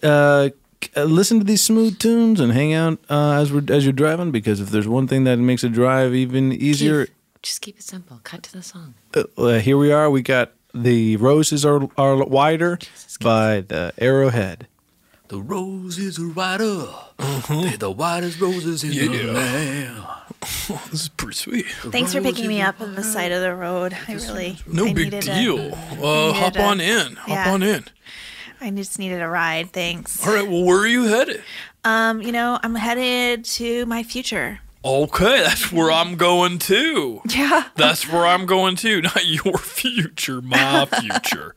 Uh, c- uh, listen to these smooth tunes and hang out uh, as we're, as you're driving because if there's one thing that makes a drive even easier,
Keith, just keep it simple. Cut to the song.
uh, uh, here we are. We got the roses are are wider by the Arrowhead.
The roses are wider.
Mm-hmm.
They're the widest roses in the land.
this is pretty sweet.
Thanks for picking me up on the side of the road. I really
No
I
big
needed a- I
deal. Uh,
needed
hop
a-
on in. Hop
yeah.
on in.
I just needed a ride. Thanks.
All right. Well, where are you headed?
Um, you know, I'm headed to my future.
Okay, that's where I'm going to.
Yeah.
That's where I'm going to. Not your future, my future.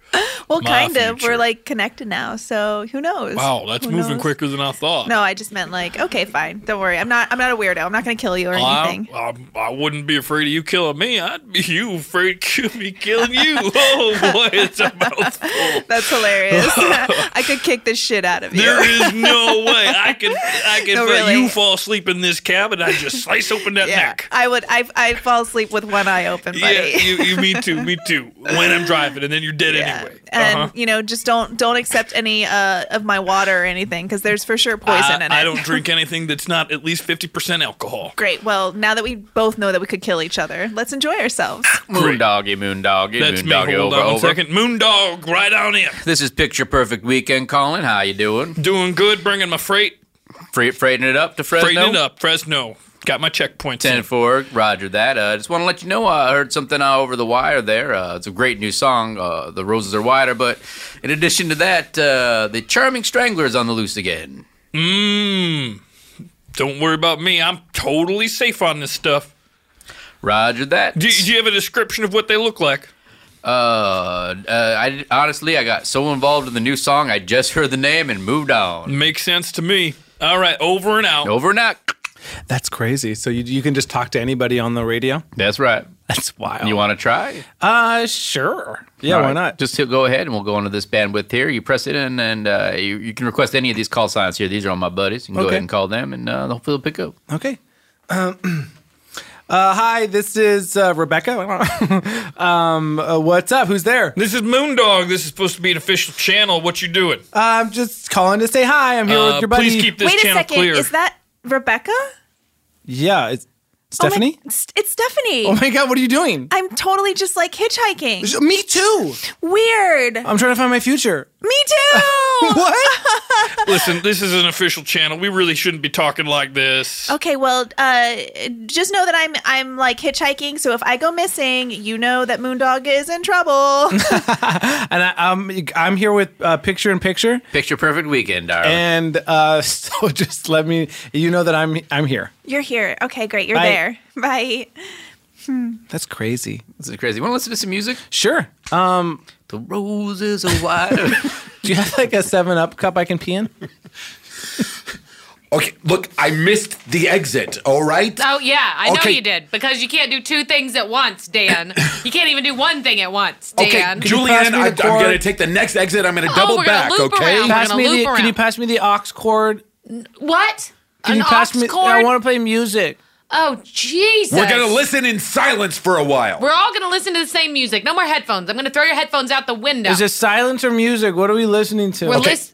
Well,
My
kind of.
future.
We're like connected now, so who knows?
Wow, that's
Who
moving
knows?
quicker than I thought.
No, I just meant like, okay, fine. Don't worry. I'm not. I'm not a weirdo. I'm not going to kill you or anything.
I, I, I wouldn't be afraid of you killing me. I'd be you afraid of me killing you. Oh boy, it's a mouthful.
That's hilarious. I could kick the shit out of you.
There is no way I can I can
No,
let
really.
you fall asleep in this cabin. I just slice open that
yeah,
neck.
I would. I I fall asleep with one eye open, buddy.
Yeah, you, you, me too, me too. When I'm driving, and then you're dead anyway.
and
Uh-huh.
you know, just don't don't accept any uh, of my water or anything because there's for sure poison
I,
in it.
I don't drink anything that's not at least fifty percent alcohol.
Great. Well, now that we both know that we could kill each other, let's enjoy ourselves.
Moon doggy, moon doggy,
That's
moon
me.
doggy.
Hold
over,
on one
over.
second. Moon dog, right on in.
This is Picture Perfect Weekend, Colin. How you doing?
Doing good. Bringing my freight.
Freight, freighting it up to Fresno.
Freighting it up, Fresno. Got my checkpoints.
Ten four, Roger that. Uh, just want to let you know uh, I heard something uh, over the wire there. Uh, it's a great new song, uh, "The Roses Are Wider." But in addition to that, uh, the Charming Strangler is on the loose again.
Mmm. Don't worry about me. I'm totally safe on this stuff.
Roger that.
Do, do you have a description of what they look like?
Uh, uh, I honestly, I got so involved in the new song, I just heard the name and moved on.
Makes sense to me. All right, over and out.
Over and out.
That's crazy. So you you can just talk to anybody on the radio.
That's right.
That's wild.
You want to try?
Uh sure. Yeah,
All
why
right,
not?
Just to go ahead and we'll go into this bandwidth here. You press it in and uh, you, you can request any of these call signs here. These are all my buddies. You can go
Okay.
ahead and call them and uh, hopefully they'll pick up.
Okay. Um, uh, hi, this is uh, Rebecca. um, uh, what's up? Who's there?
This is Moondog. This is supposed to be an official channel. What you doing?
I'm just calling to say hi. I'm here
Uh,
with your buddy.
please keep this
Wait a second. Is that Rebecca?
yeah, it's Stephanie.
Oh my, St- it's Stephanie.
Oh my God, what are you doing?
I'm totally just like hitchhiking.
Me too.
Weird.
I'm trying to find my future.
Me too.
what?
Listen, this is an official channel. We really shouldn't be talking like this.
Okay, well, uh, just know that I'm I'm like hitchhiking. So if I go missing, you know that Moondog is in trouble.
And I, I'm I'm here with uh, Picture in Picture,
Picture Perfect Weekend, darling.
and uh, so just let me. You know that I'm I'm here.
You're here. Okay, great. You're
Bye.
there. Bye. Hmm.
That's crazy.
This is crazy. You want to listen to some music?
Sure. Um,
the roses are wider.
Do you have like a Seven Up cup I can pee in?
Okay, look, I missed the exit, all right?
Oh yeah, I know
Okay.
you did because you can't do two things at once, Dan. you can't even do one thing at once, Dan.
Okay, Julianne, I, I'm going to take the next exit. I'm going to
Oh,
double
we're gonna
back,
loop
okay?
around. We're
Pass
gonna
me
loop
the. Can you
around.
pass me the ox cord?
what?
Can
An
you pass
aux
me?
cord?
I want to play music.
Oh Jesus!
We're going to listen in silence for a while.
We're all gonna listen to the same music. No more headphones. I'm gonna throw your headphones out the window.
Is this silence or music? What are we listening to?
We're lis-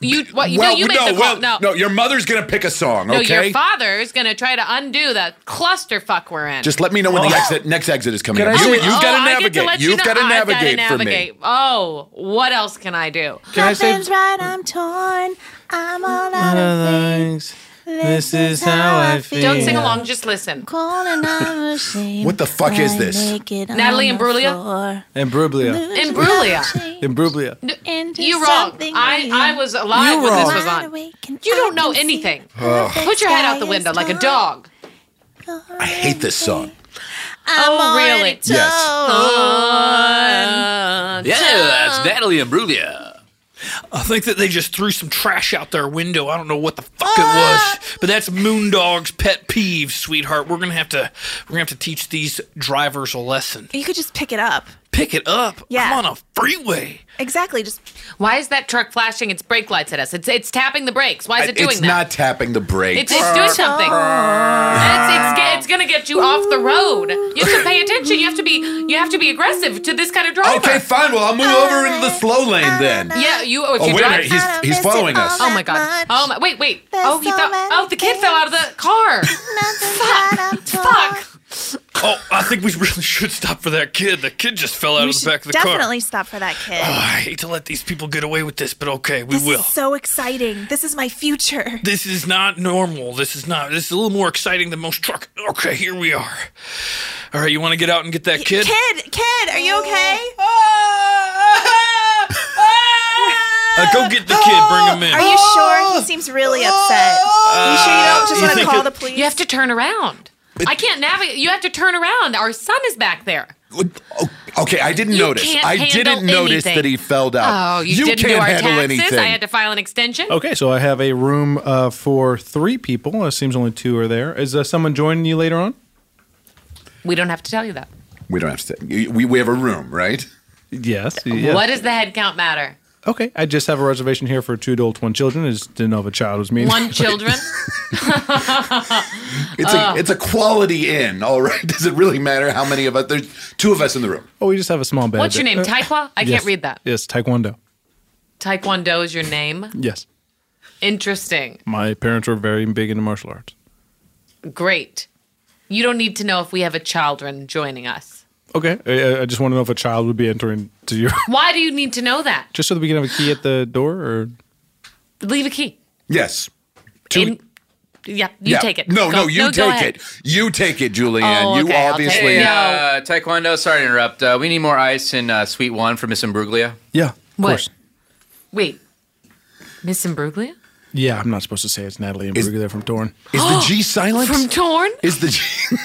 You what? You,
well,
no, you make
no,
the call.
well,
no,
your mother's going to pick a song,
No,
okay?
your father is gonna try to undo the clusterfuck we're in.
Just let me know when the
Oh.
exit, next exit is coming
Can
up.
I
You,
say-
you've
Oh,
got to
I get
navigate.
let you
you've
know
got to
I've gotta
navigate,
navigate. Oh, what else can I do?
Can I say-
Nothing's right. I'm torn. I'm all out of
This, is how I feel.
Don't sing along. Just listen.
What the fuck is this?
Natalie and Brulia.
Imbruglia.
And Brulia.
Imbruglia.
You wrong. I, I was alive
You
when this
wrong.
was on. You don't know anything.
for me.
Put your head out the window like a dog.
I hate this song.
oh, really?
Yes.
Oh. Uh,
Yeah, that's Natalie Imbruglia.
I think that they just threw some trash out their window. I don't know what the fuck it was, but that's Moondog's pet peeve, sweetheart. We're gonna have to we're gonna have to teach these drivers a lesson.
You could just pick it up.
Pick it up.
Yeah.
I'm on a freeway.
Exactly. Just
why is that truck flashing its brake lights at us? It's it's tapping the brakes. Why is it doing
it's
that?
not tapping the brakes.
It's, it's doing something. It's, it's, ge- it's gonna get you off the road. You have to pay attention. You have to be you have to be aggressive to this kind of driver.
Okay, fine. Well, I'll move
Oh,
over into the slow lane then.
Yeah, you. If
oh,
you
wait
drive,
a minute. He's, he's following us.
Oh my god. Oh my. Wait, wait. oh, he fell. Oh, the kid fell out of the car. Fuck. Fuck.
Oh, I think we really should stop for that kid. The kid just fell out of the back of the
definitely
car.
stop for that kid.
Oh, I hate to let these people get away with this, but okay, we
this
will.
is so exciting. This is my future.
This is not normal. This is not. This is a little more exciting than most truck. Okay, here we are. All right, you want to get out and get that kid?
Kid, kid, are you okay?
Uh, go get the kid. Bring him in.
Are you sure? He seems really upset. you sure you don't just
you
want to
think
call
it-
the police?
You have to turn around. I can't navigate. You have to turn around. Our son is back there.
Okay, I didn't
You
notice.
can't
I didn't
handle
notice
anything.
that he fell down.
Oh, you, didn't do
can't
our
handle
taxes.
anything.
I had to file an extension.
Okay, so I have a room uh, for three people. It seems only two are there. Is uh, someone joining you later on?
We don't have to tell you that.
we don't have to. you- We, we have a room, right?
Yes. yes.
What does the head count matter?
Okay, I just have a reservation here for two adults, one children. I just didn't know if a child was mean.
One children.
It's
Uh.
a it's a quality inn. All right. Does it really matter how many of us? There's two of us in the room.
Oh, we just have a small bed.
What's your name?
Uh,
Taekwa? I
yes.
can't read that.
Yes, Taekwondo.
Taekwondo is your name.
Yes.
Interesting.
My parents were very big into martial arts.
Great. You don't need to know if we have a children joining us.
Okay, I, I- I just want to know if a child would be entering to your.
Why do you need to know that?
just so that we can have a key at the door, or
Leave a key.
Yes.
In- yeah, you
Yeah.
take it.
No,
Go-
no, you
go
take
ahead.
it. You take it, Julianne.
Oh,
you
okay, I'll take
obviously.
Hey, uh, Taekwondo, sorry to interrupt. Uh, we need more ice in uh, Sweet One for Miss Imbruglia.
yeah,
What? Wait. Miss Imbruglia?
yeah, I'm not supposed to say it's Natalie and Brugger there from Torn.
Is the G silent?
From Torn?
Is the G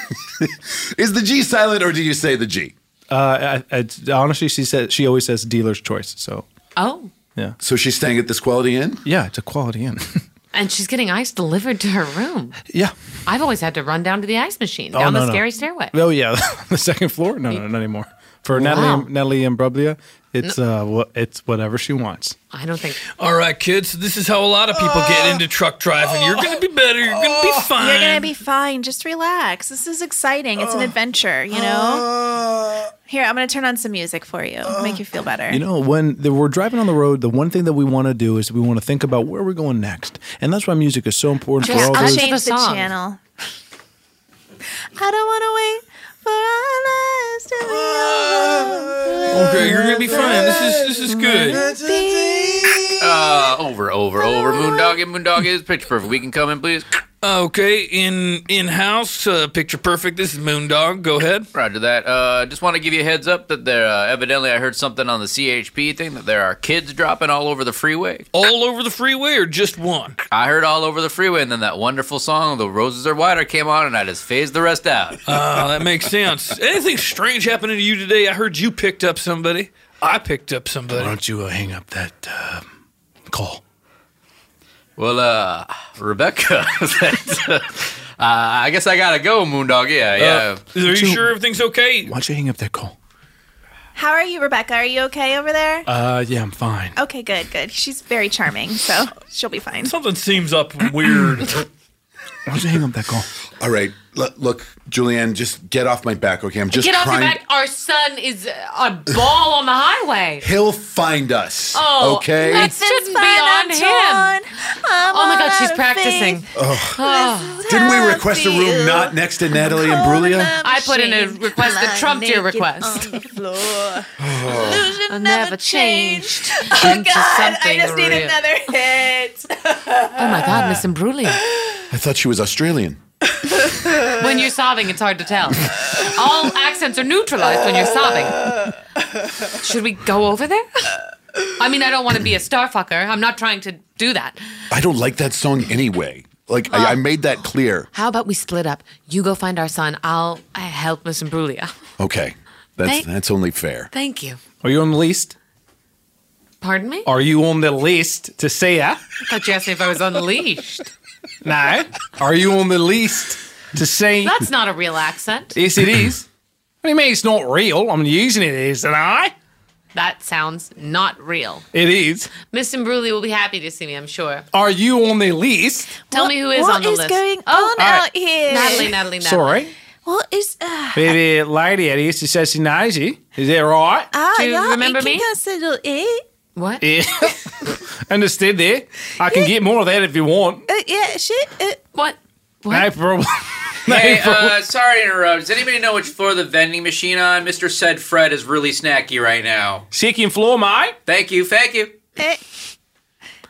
is the G silent, or do you say the G?
Uh, I, I, honestly, she says she always says dealer's choice. So
Oh.
yeah,
so she's staying at this Quality Inn.
Yeah, it's a Quality Inn.
And she's getting ice delivered to her room.
Yeah.
I've always had to run down to the ice machine,
Oh,
down
no,
the
no.
scary stairway.
oh yeah, the second floor. No, no, not anymore. For
Wow.
Natalie, Natalie and Bruglia, it's uh, wha- it's whatever she wants.
I don't think.
All right, kids. This is how a lot of people get into truck driving. You're gonna be better. You're gonna be fine.
Oh, You're gonna be fine. Just relax. This is exciting.
Oh.
It's an adventure, you
Uh.
know. Here, I'm gonna turn on some music for you. Make you feel better.
You know, when the, we're driving on the road, the one thing that we want to do is we want to think about where we're going next, and that's why music is so important for
Just
all
I'll
those.
change the, channel. I don't want to wait for our lives to be over.
Okay, you're gonna be fine. This is this is good.
Uh, over, over, over. Moondog and Moondog is picture perfect. We can come in, please.
Okay, in in house, uh, picture perfect. This is Moondog. Go ahead.
Roger that. Uh, just want to give you a heads up that there. Uh, evidently, I heard something on the CHP thing that there are kids dropping all over the freeway.
All over the freeway or just one?
I heard all over the freeway, and then that wonderful song, "The Roses Are Wider," came on, and I just phased the rest out.
Ah, that makes sense. Anything strange happening to you today? I heard you picked up somebody. I picked up somebody. Why
don't you uh, hang up that uh, call?
Well, uh, Rebecca, that's, uh, I guess I gotta go, Moondog. Yeah, yeah.
Uh, are you sure everything's okay?
Why don't you hang up that call?
How are you, Rebecca? Are you okay over there?
Uh, yeah, I'm fine.
Okay, good, good. She's very charming, so she'll be fine.
Something seems up weird.
Why don't you hang up that call?
All right. L- look, Julianne, just get off my back, okay? I'm just
Get off
trying.
your back. Our son is a ball on the highway.
He'll find us.
Oh,
okay.
That's just beyond him. oh my God, she's practicing.
Ugh.
Ah.
Didn't we request a room not next to Natalie and Brulia?
I put in a request that
lying
trumped your
naked
request.
Oh.
I never changed.
Oh God, I
something
just need
real.
another hit.
Oh my God, Miss Imbruglia.
I thought she was Australian.
when you're sobbing, it's hard to tell. All accents are neutralized when you're sobbing. Should we go over there? I mean, I don't want to be a starfucker. I'm not trying to do that.
I don't like that song anyway. Like,
Oh.
I, I made that clear.
How about we split up? You go find our son. I'll I help Miss Imbruglia.
Okay. That's
They-
that's only fair.
Thank you.
Are you on the least?
Pardon me?
Are you on the list to say ah? that?
I thought you asked me if I was unleashed.
No. eh? Are you on the list to say?
That's not a real accent.
Yes, it is. What do you mean it's not real? I'm using it as an I.
That sounds not real.
It is.
Miss Imbruglia will be happy to see me, I'm sure.
Are you on the list?
Tell me who is
what
on the
is
list.
going
oh,
on out here?
Natalie, Natalie, Natalie.
Sorry.
What is? Uh,
Baby lady, it is assassinate you. Is that right?
ah,
Do you
yeah,
remember
it
me?
can settle it.
What?
Yeah. Understood there. I can get more of that if you want.
Uh, yeah, shit. Uh,
what?
No problem.
Hey,
No problem.
uh, sorry to interrupt. Does anybody know which floor the vending machine on? Mr. Said Fred is really snacky right now.
Second floor, mate.
Thank you, thank you.
Eh.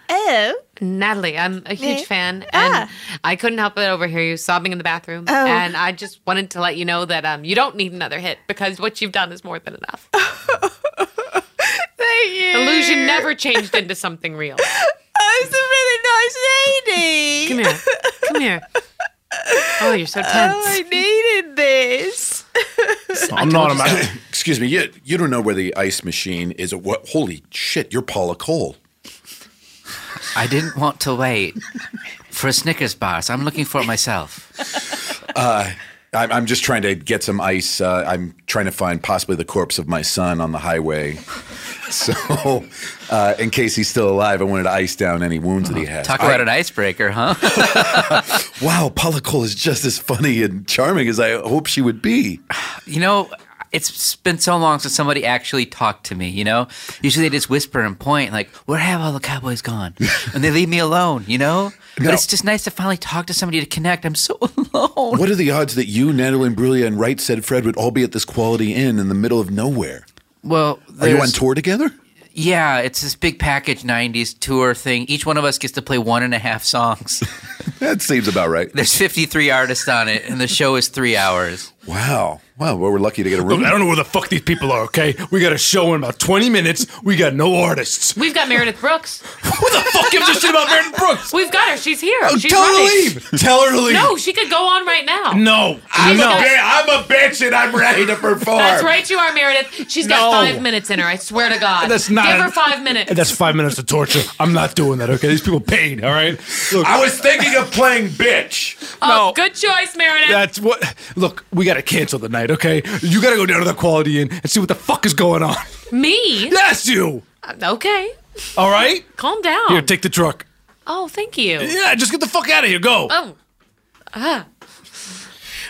Oh.
Natalie, I'm a huge
Yeah.
fan, and I couldn't help but overhear you sobbing in the bathroom.
Oh.
And I just wanted to let you know that um, you don't need another hit because what you've done is more than enough.
Thank you.
Illusion never changed into something real.
I was a Oh, really nice lady.
Come here. Come here. Oh, you're so tense.
Oh, I needed this.
I'm not a man.
Excuse me. You, you don't know where the ice machine is. Or what? Holy shit! You're Paula Cole.
I didn't want to wait for a Snickers bar, so I'm looking for it myself.
Uh, I'm, I'm just trying to get some ice. Uh, I'm trying to find possibly the corpse of my son on the highway. So, uh, in case he's still alive, I wanted to ice down any wounds that he has.
Uh-huh. Talk
I-
about an icebreaker, huh?
wow, Paula Cole is just as funny and charming as I hope she would be.
You know, it's been so long since somebody actually talked to me, you know? Usually they just whisper and point, like, where have all the cowboys gone? And they leave me alone, you know?
No.
But it's just nice to finally talk to somebody to connect. I'm so alone.
What are the odds that you, Natalie Imbruglia, and Wright said Fred would all be at this quality inn in the middle of nowhere?
Well,
Are you on
there's-
tour together?
Yeah, it's this big package 90s tour thing. Each one of us gets to play one and a half songs.
that seems about right.
There's 53 artists on it, and the show is three hours.
Wow. Wow. Well, we're lucky to get a
Look, I don't know where the fuck these people are, okay? We got a show in about 20 minutes. We got no artists.
We've got Meredith Brooks.
Who the fuck gives a shit about Meredith Brooks? Oh,
We've got her. She's here. She's
tell her to
running.
leave. Tell her to leave.
No, she could go on right now.
No.
She's got-
a bitch and I'm ready to perform.
That's right, you are, Meredith. She's got
No.
five minutes in her. I swear to God.
That's not
Give
an-
her five minutes.
And that's five minutes of torture. I'm not doing that, okay? These people paid, all right? Look,
I was thinking of playing bitch.
Oh, good choice, Meredith.
That's what. Look, we gotta cancel the night, okay? You gotta go down to the Quality Inn and see what the fuck is going on.
Me? Uh,
Yes, you.
Okay.
All right.
Calm down.
Here, take the truck.
oh, thank you.
Yeah, just get the fuck out of here. Go.
Oh. Ah.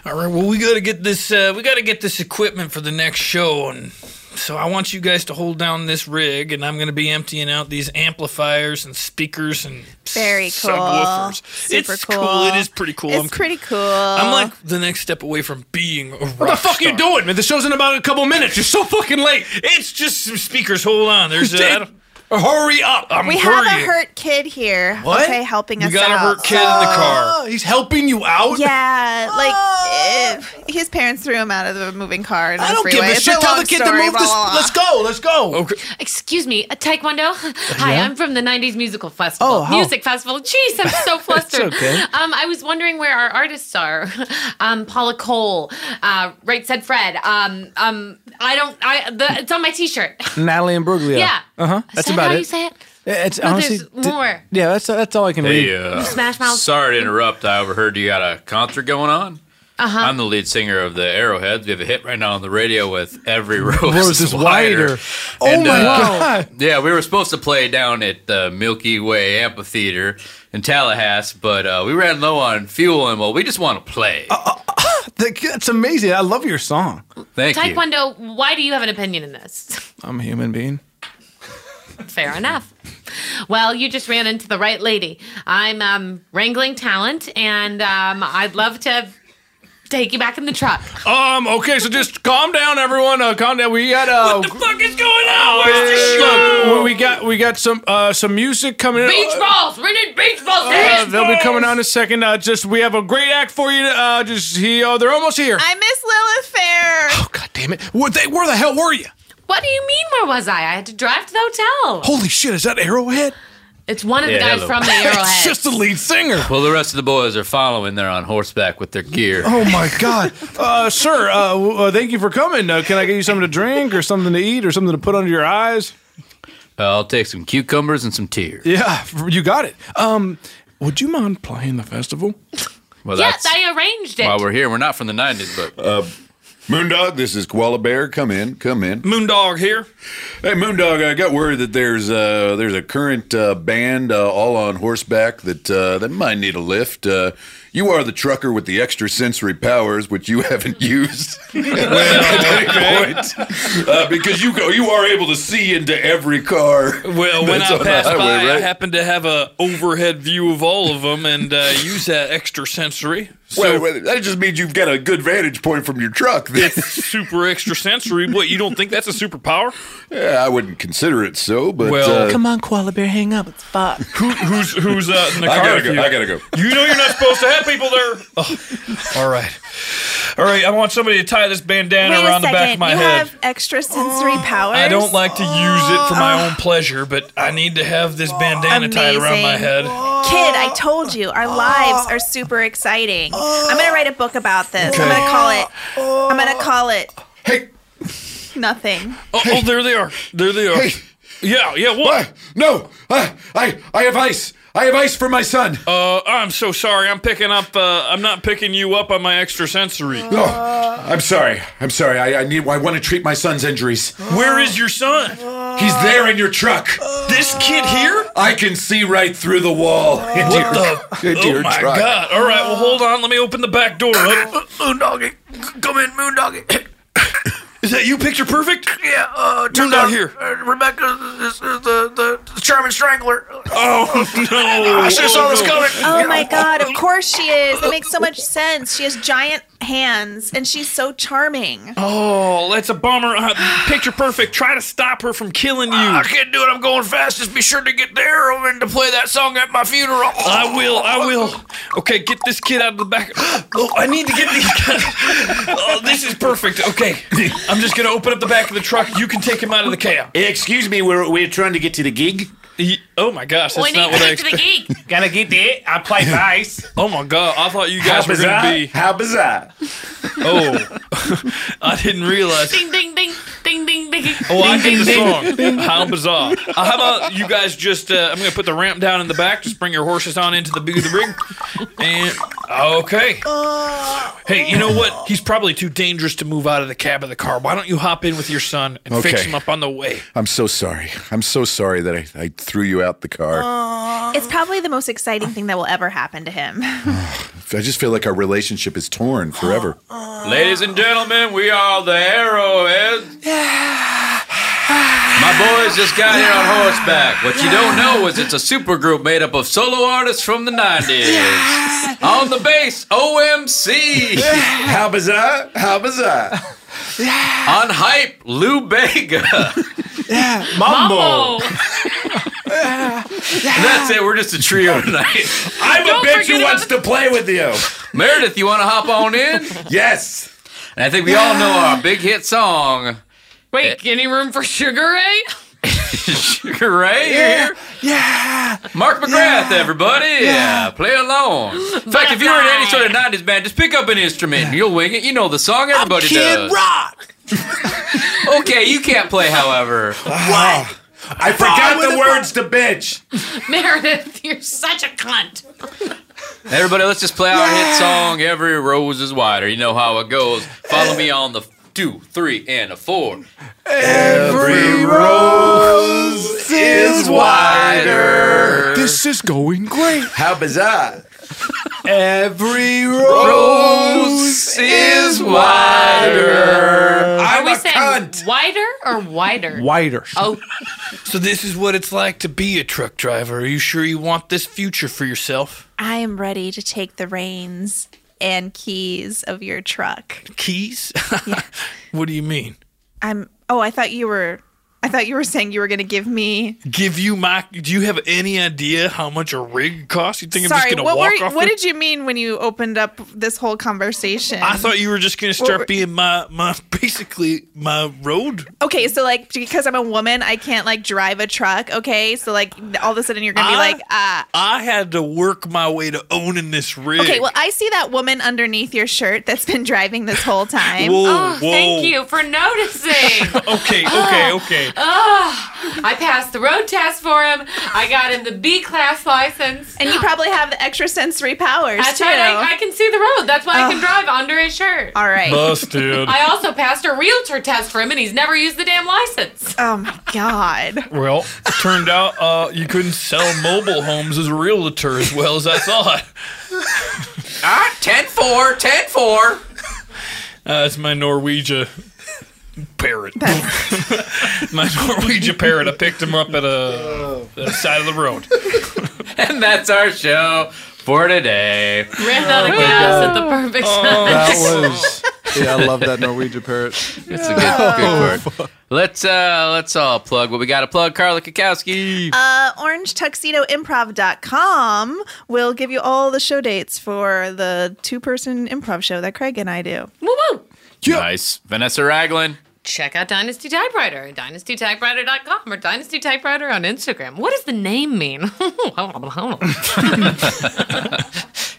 All right. Well, we gotta get this. Uh, we gotta get this equipment for the next show, and so I want you guys to hold down this rig, and I'm gonna be emptying out these amplifiers and speakers and
Very cool.
subwoofers.
Super
it's
cool.
It is pretty cool.
It's
I'm,
pretty cool.
I'm like the next step away from being a rock
What the fuck are you doing, man? The show's in about a couple minutes. You're so fucking late.
It's just some speakers. Hold on. There's a, I
Dude,
don't-
hurry up. I'm
we
hurrying.
have a hurt kid here.
What?
Okay, helping
We
us
got a
out.
hurt kid in the car.
He's helping you out.
Yeah, like eh, his parents threw him out of the moving car. In
I
the
don't give
freeway.
a
It's
shit. Tell
long
the kid to
story,
move
blah,
this-
blah, blah.
let's go, let's go.
Okay.
Excuse me, a taekwondo? Hi,
Yeah?
I'm from the 90s Musical Festival.
Oh, how-
Music Festival. Jeez, I'm so flustered.
okay.
Um, I was wondering where our artists are. Um, Paula Cole, uh, Right Said Fred. Um, um, I don't, I, the, it's on my t-shirt.
Natalie and Bruglia.
Yeah.
Uh huh.
Is
That's
that
about
how
it.
you say it?
It's
No,
honestly.
there's more.
yeah, that's that's all I can
Hey,
read.
uh,
Smash Mouth.
Sorry to interrupt. I overheard you got a concert going on.
Uh-huh.
I'm the lead singer of the Arrowheads. We have a hit right now on the radio with "Every Rose,
Rose is Wider.
Oh
uh,
my God.
uh, Yeah, we were supposed to play down at the Milky Way Amphitheater in Tallahassee, but uh, we ran low on fuel, and well, we just want to play.
That's amazing. I love your song.
Thank you.
taekwondo, why do you have an opinion in this?
I'm a human being.
Fair enough. Well, you just ran into the right lady. I'm um, wrangling talent, and um, I'd love to take you back in the truck.
Um. Okay. So just calm down, everyone. Uh, calm down. We got uh.
What the fuck is going on?
Look, we got we got some uh some music coming in.
Beach balls! We need beach balls!
Oh
Uh, they'll be coming on in a second. Uh, just we have a great act for you. Uh, just he, oh, they're almost here.
I miss Lilith Fair.
Damn it! Where, they, where the hell were you?
What do you mean? Where was I? I had to drive to the hotel.
Holy shit! Is that Arrowhead?
It's one of the
Yeah,
guys
hello.
from the Arrowhead.
just the lead singer.
Well, the rest of the boys are following. They're on horseback with their gear.
Oh my god, uh, sir! Uh, w- uh, thank you for coming. Uh, can I get you something to drink or something to eat or something to put under your eyes?
I'll take some cucumbers and some tears.
Yeah, you got it. Um, would you mind playing the festival?
Well,
yes, I arranged it.
While we're here, we're not from the '90s, but
uh, Moondog, this is Koala Bear. Come in, come in.
Moondog here.
Hey, Moondog, I got word that there's uh, there's a current uh, band uh, all on horseback that uh, that might need a lift. Uh, you are the trucker with the extrasensory powers, which you haven't used at any point, uh, because you go you are able to see into every car.
Well, when
that's
I
on the
passed
highway,
by, I
right?
happened to have a overhead view of all of them and uh, use that extrasensory.
well, well, that just means you've got a good vantage point from your truck. Then.
super extrasensory. What you don't think that's a superpower?
Yeah, I wouldn't consider it so, but uh,
come on, koala bear, hang up. It's fuck.
Who, who's who's uh, in the
I
car?
gotta
with
go.
you?
I gotta go.
You know you're not supposed to have people there. Oh, all right, all right. I want somebody to tie this bandana
Wait a
around the back
second.
of my
You
head.
have extra sensory powers.
I don't like to use it for my own pleasure, but I need to have this bandana tied around my head. Oh,
Kid, I told you, our lives are super exciting. I'm gonna write a book about this. I'm gonna call it. I'm gonna call it. Hey. Nothing.
Oh, oh, there they are. There they are. Yeah, yeah. What?
No, I, I, I have ice. I have ice for my son.
Uh, I'm so sorry. I'm picking up. Uh, I'm not picking you up on my extrasensory.
No, I'm sorry. I'm sorry. I, I need. I want to treat my son's injuries.
Where is your son?
He's there in your truck.
This kid here?
I can see right through the wall.
What the? oh my god! All right. Well, hold on. Let me open the back door. Uh,
Moondoggy, come in, Moondoggy.
Is that you, Picture Perfect?
Yeah, uh,
turn down here.
Rebecca is, is the, the Charmin Strangler.
Oh no!
I should've saw this coming.
Oh my god, of course she is. It makes so much sense. She has giant hands and she's so charming.
Oh, that's a bummer. Uh, picture perfect. Try to stop her from killing you.
I can't do it. I'm going fast. Just be sure to get there and to play that song at my funeral.
I will. I will. Okay, get this kid out of the back. Oh, I need to get these guys. Oh, this is perfect. Okay, I'm just gonna open up the back of the truck. You can take him out of the cab.
Excuse me, we're, we're trying to get to the gig.
Oh my gosh, that's not what I expected.
gig. Gotta get there. I play nice.
Oh my god, I thought you guys
How
were
bizarre.
gonna be.
How bizarre.
Oh, I didn't realize.
Ding ding ding ding ding ding.
Oh, I
ding,
get the
ding,
song.
ding.
How bizarre. Uh, how about you guys just, uh, I'm going to put the ramp down in the back. Just bring your horses on into the big of the rig. And, okay. Hey, you know what? He's probably too dangerous to move out of the cab of the car. Why don't you hop in with your son and fix
Okay.
him up on the way?
I'm so sorry. I'm so sorry that I, I threw you out the car.
It's probably the most exciting thing that will ever happen to him.
I just feel like our relationship is torn forever.
ladies and gentlemen, we are the Arrowheads. My boys just got here on horseback. What you don't know is it's a supergroup made up of solo artists from the '90s. On the bass, OMC.
How bizarre! How bizarre!
On hype, Lou Bega.
Yeah,
Mambo.
yeah.
And That's it. We're just a trio tonight.
I'm
Don't
a bitch
forget
who wants to play with you.
Meredith, you want to hop on in?
Yes.
And I think we all know our big hit song.
Wait, any room for Sugar eh? Ray?
Sugar Ray.
Yeah.
yeah. Mark McGrath, everybody. Yeah. Play along. In fact, if you're in any sort of 90s band, just pick up an instrument. You'll wing it. You know the song. Everybody does.
Rock.
Okay, you can't play, however.
What? Ah, I forgot the words to bitch.
Meredith, you're such a cunt.
Everybody, let's just play our hit song, Every Rose is Wider. You know how it goes. Follow me on the two, three, and a four.
Every rose is wider.
This is going great.
How bizarre.
Every rose is wider.
Are we saying wider or wider?
Wider.
Oh,
So, this is what it's like to be a truck driver. Are you sure you want this future for yourself?
I am ready to take the reins and keys of your truck.
Keys? What do you mean?
I'm Oh, I thought you were I thought you were saying you were going to give me
Give you my. Do you have any idea how much a rig costs? You think I'm
Sorry,
just going
what
to walk
were
off
what
the-
did you mean when you opened up this whole conversation?
I thought you were just gonna
What
start
were-
being my my basically my road.
Okay, so like because I'm a woman, I can't like drive a truck. Okay, so like all of a sudden you're gonna be
I-
like, ah.
I had to work my way to owning this rig.
Okay, well I see that woman underneath your shirt that's been driving this whole time. Ah.
Whoa, Oh, whoa. thank
you for noticing.
okay, okay, okay. way.
Uh, Ugh, I passed the road test for him. I got him the B class license.
And you probably have the extra sensory powers
That's
too.
right. I, I can see the road. That's why I can drive under his shirt.
All right.
Busted.
I also passed a realtor test for him, and he's never used the damn license.
Oh my god.
Well, turned out uh, you couldn't sell mobile homes as a realtor as well as I thought.
Ah, 10 4, 10 4.
Uh, that's my Norwegia parrot. my Norwegia parrot. I picked him up at a, at the side of the road.
and that's our show for today.
Ran out of gas at the perfect
Oh.
That
time.
was. Yeah, I love that Norwegian parrot. Oh,
It's a good, good word. Let's uh let's all plug what we got to plug. Carla Kakowski.
Uh, OrangeTuxedoImprov.com will give you all the show dates for the two person improv show that Craig and I do.
Woo woo.
Nice. Vanessa Raglan.
Check out Dynasty Typewriter at dynastytypewriter.com or Dynasty Typewriter on Instagram. What does the name mean?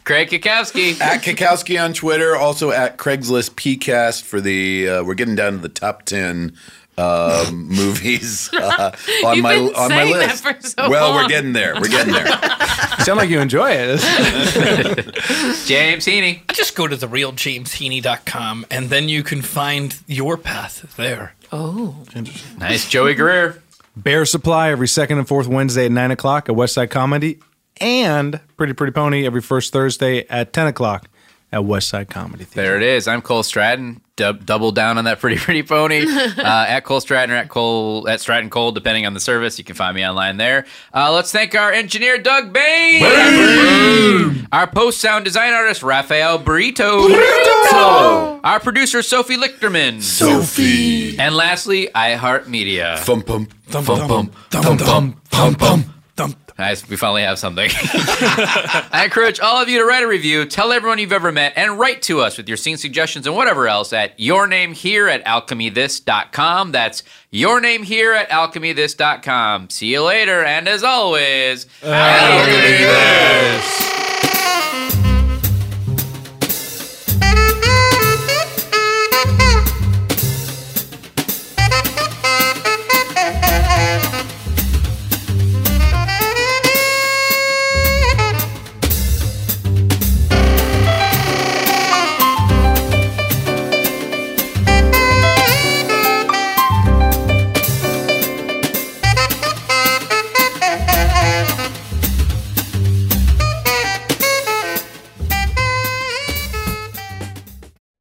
Craig Kakowski.
At Kakowski on Twitter, also at Craigslist PCast for the. Uh, we're getting down to the top ten uh, movies uh, on
You've
my
been
on my
saying that
list.
for so
well, we're
long.
getting there. We're getting there.
Sound like you enjoy it.
James Heaney.
Just go to the realjamesheaney.com and then you can find your path there.
Oh.
Interesting. Nice. Joey Greer.
Bear Supply every second and fourth Wednesday at 9 o'clock at Westside Comedy, and Pretty Pretty Pony every first Thursday at 10 o'clock at Westside Comedy.
There it is. I'm Cole Stratton. Dub- double down on that pretty pretty pony uh, at Cole Stratton or at Cole at Stratton Cole, depending on the service. You can find me online there. Uh, let's thank our engineer Doug Bain, our post sound design artist Rafael Burrito, Burrito! our producer Sophie Lichterman, Sophie, and lastly iHeartMedia. Thump pump, thump pump, thump pump, thump pump. Nice. We finally have something. I encourage all of you to write a review, tell everyone you've ever met, and write to us with your scene suggestions and whatever else at your name here at alchemythis.com. That's your name here at alchemythis.com. See you later, and as always, Alchemy This!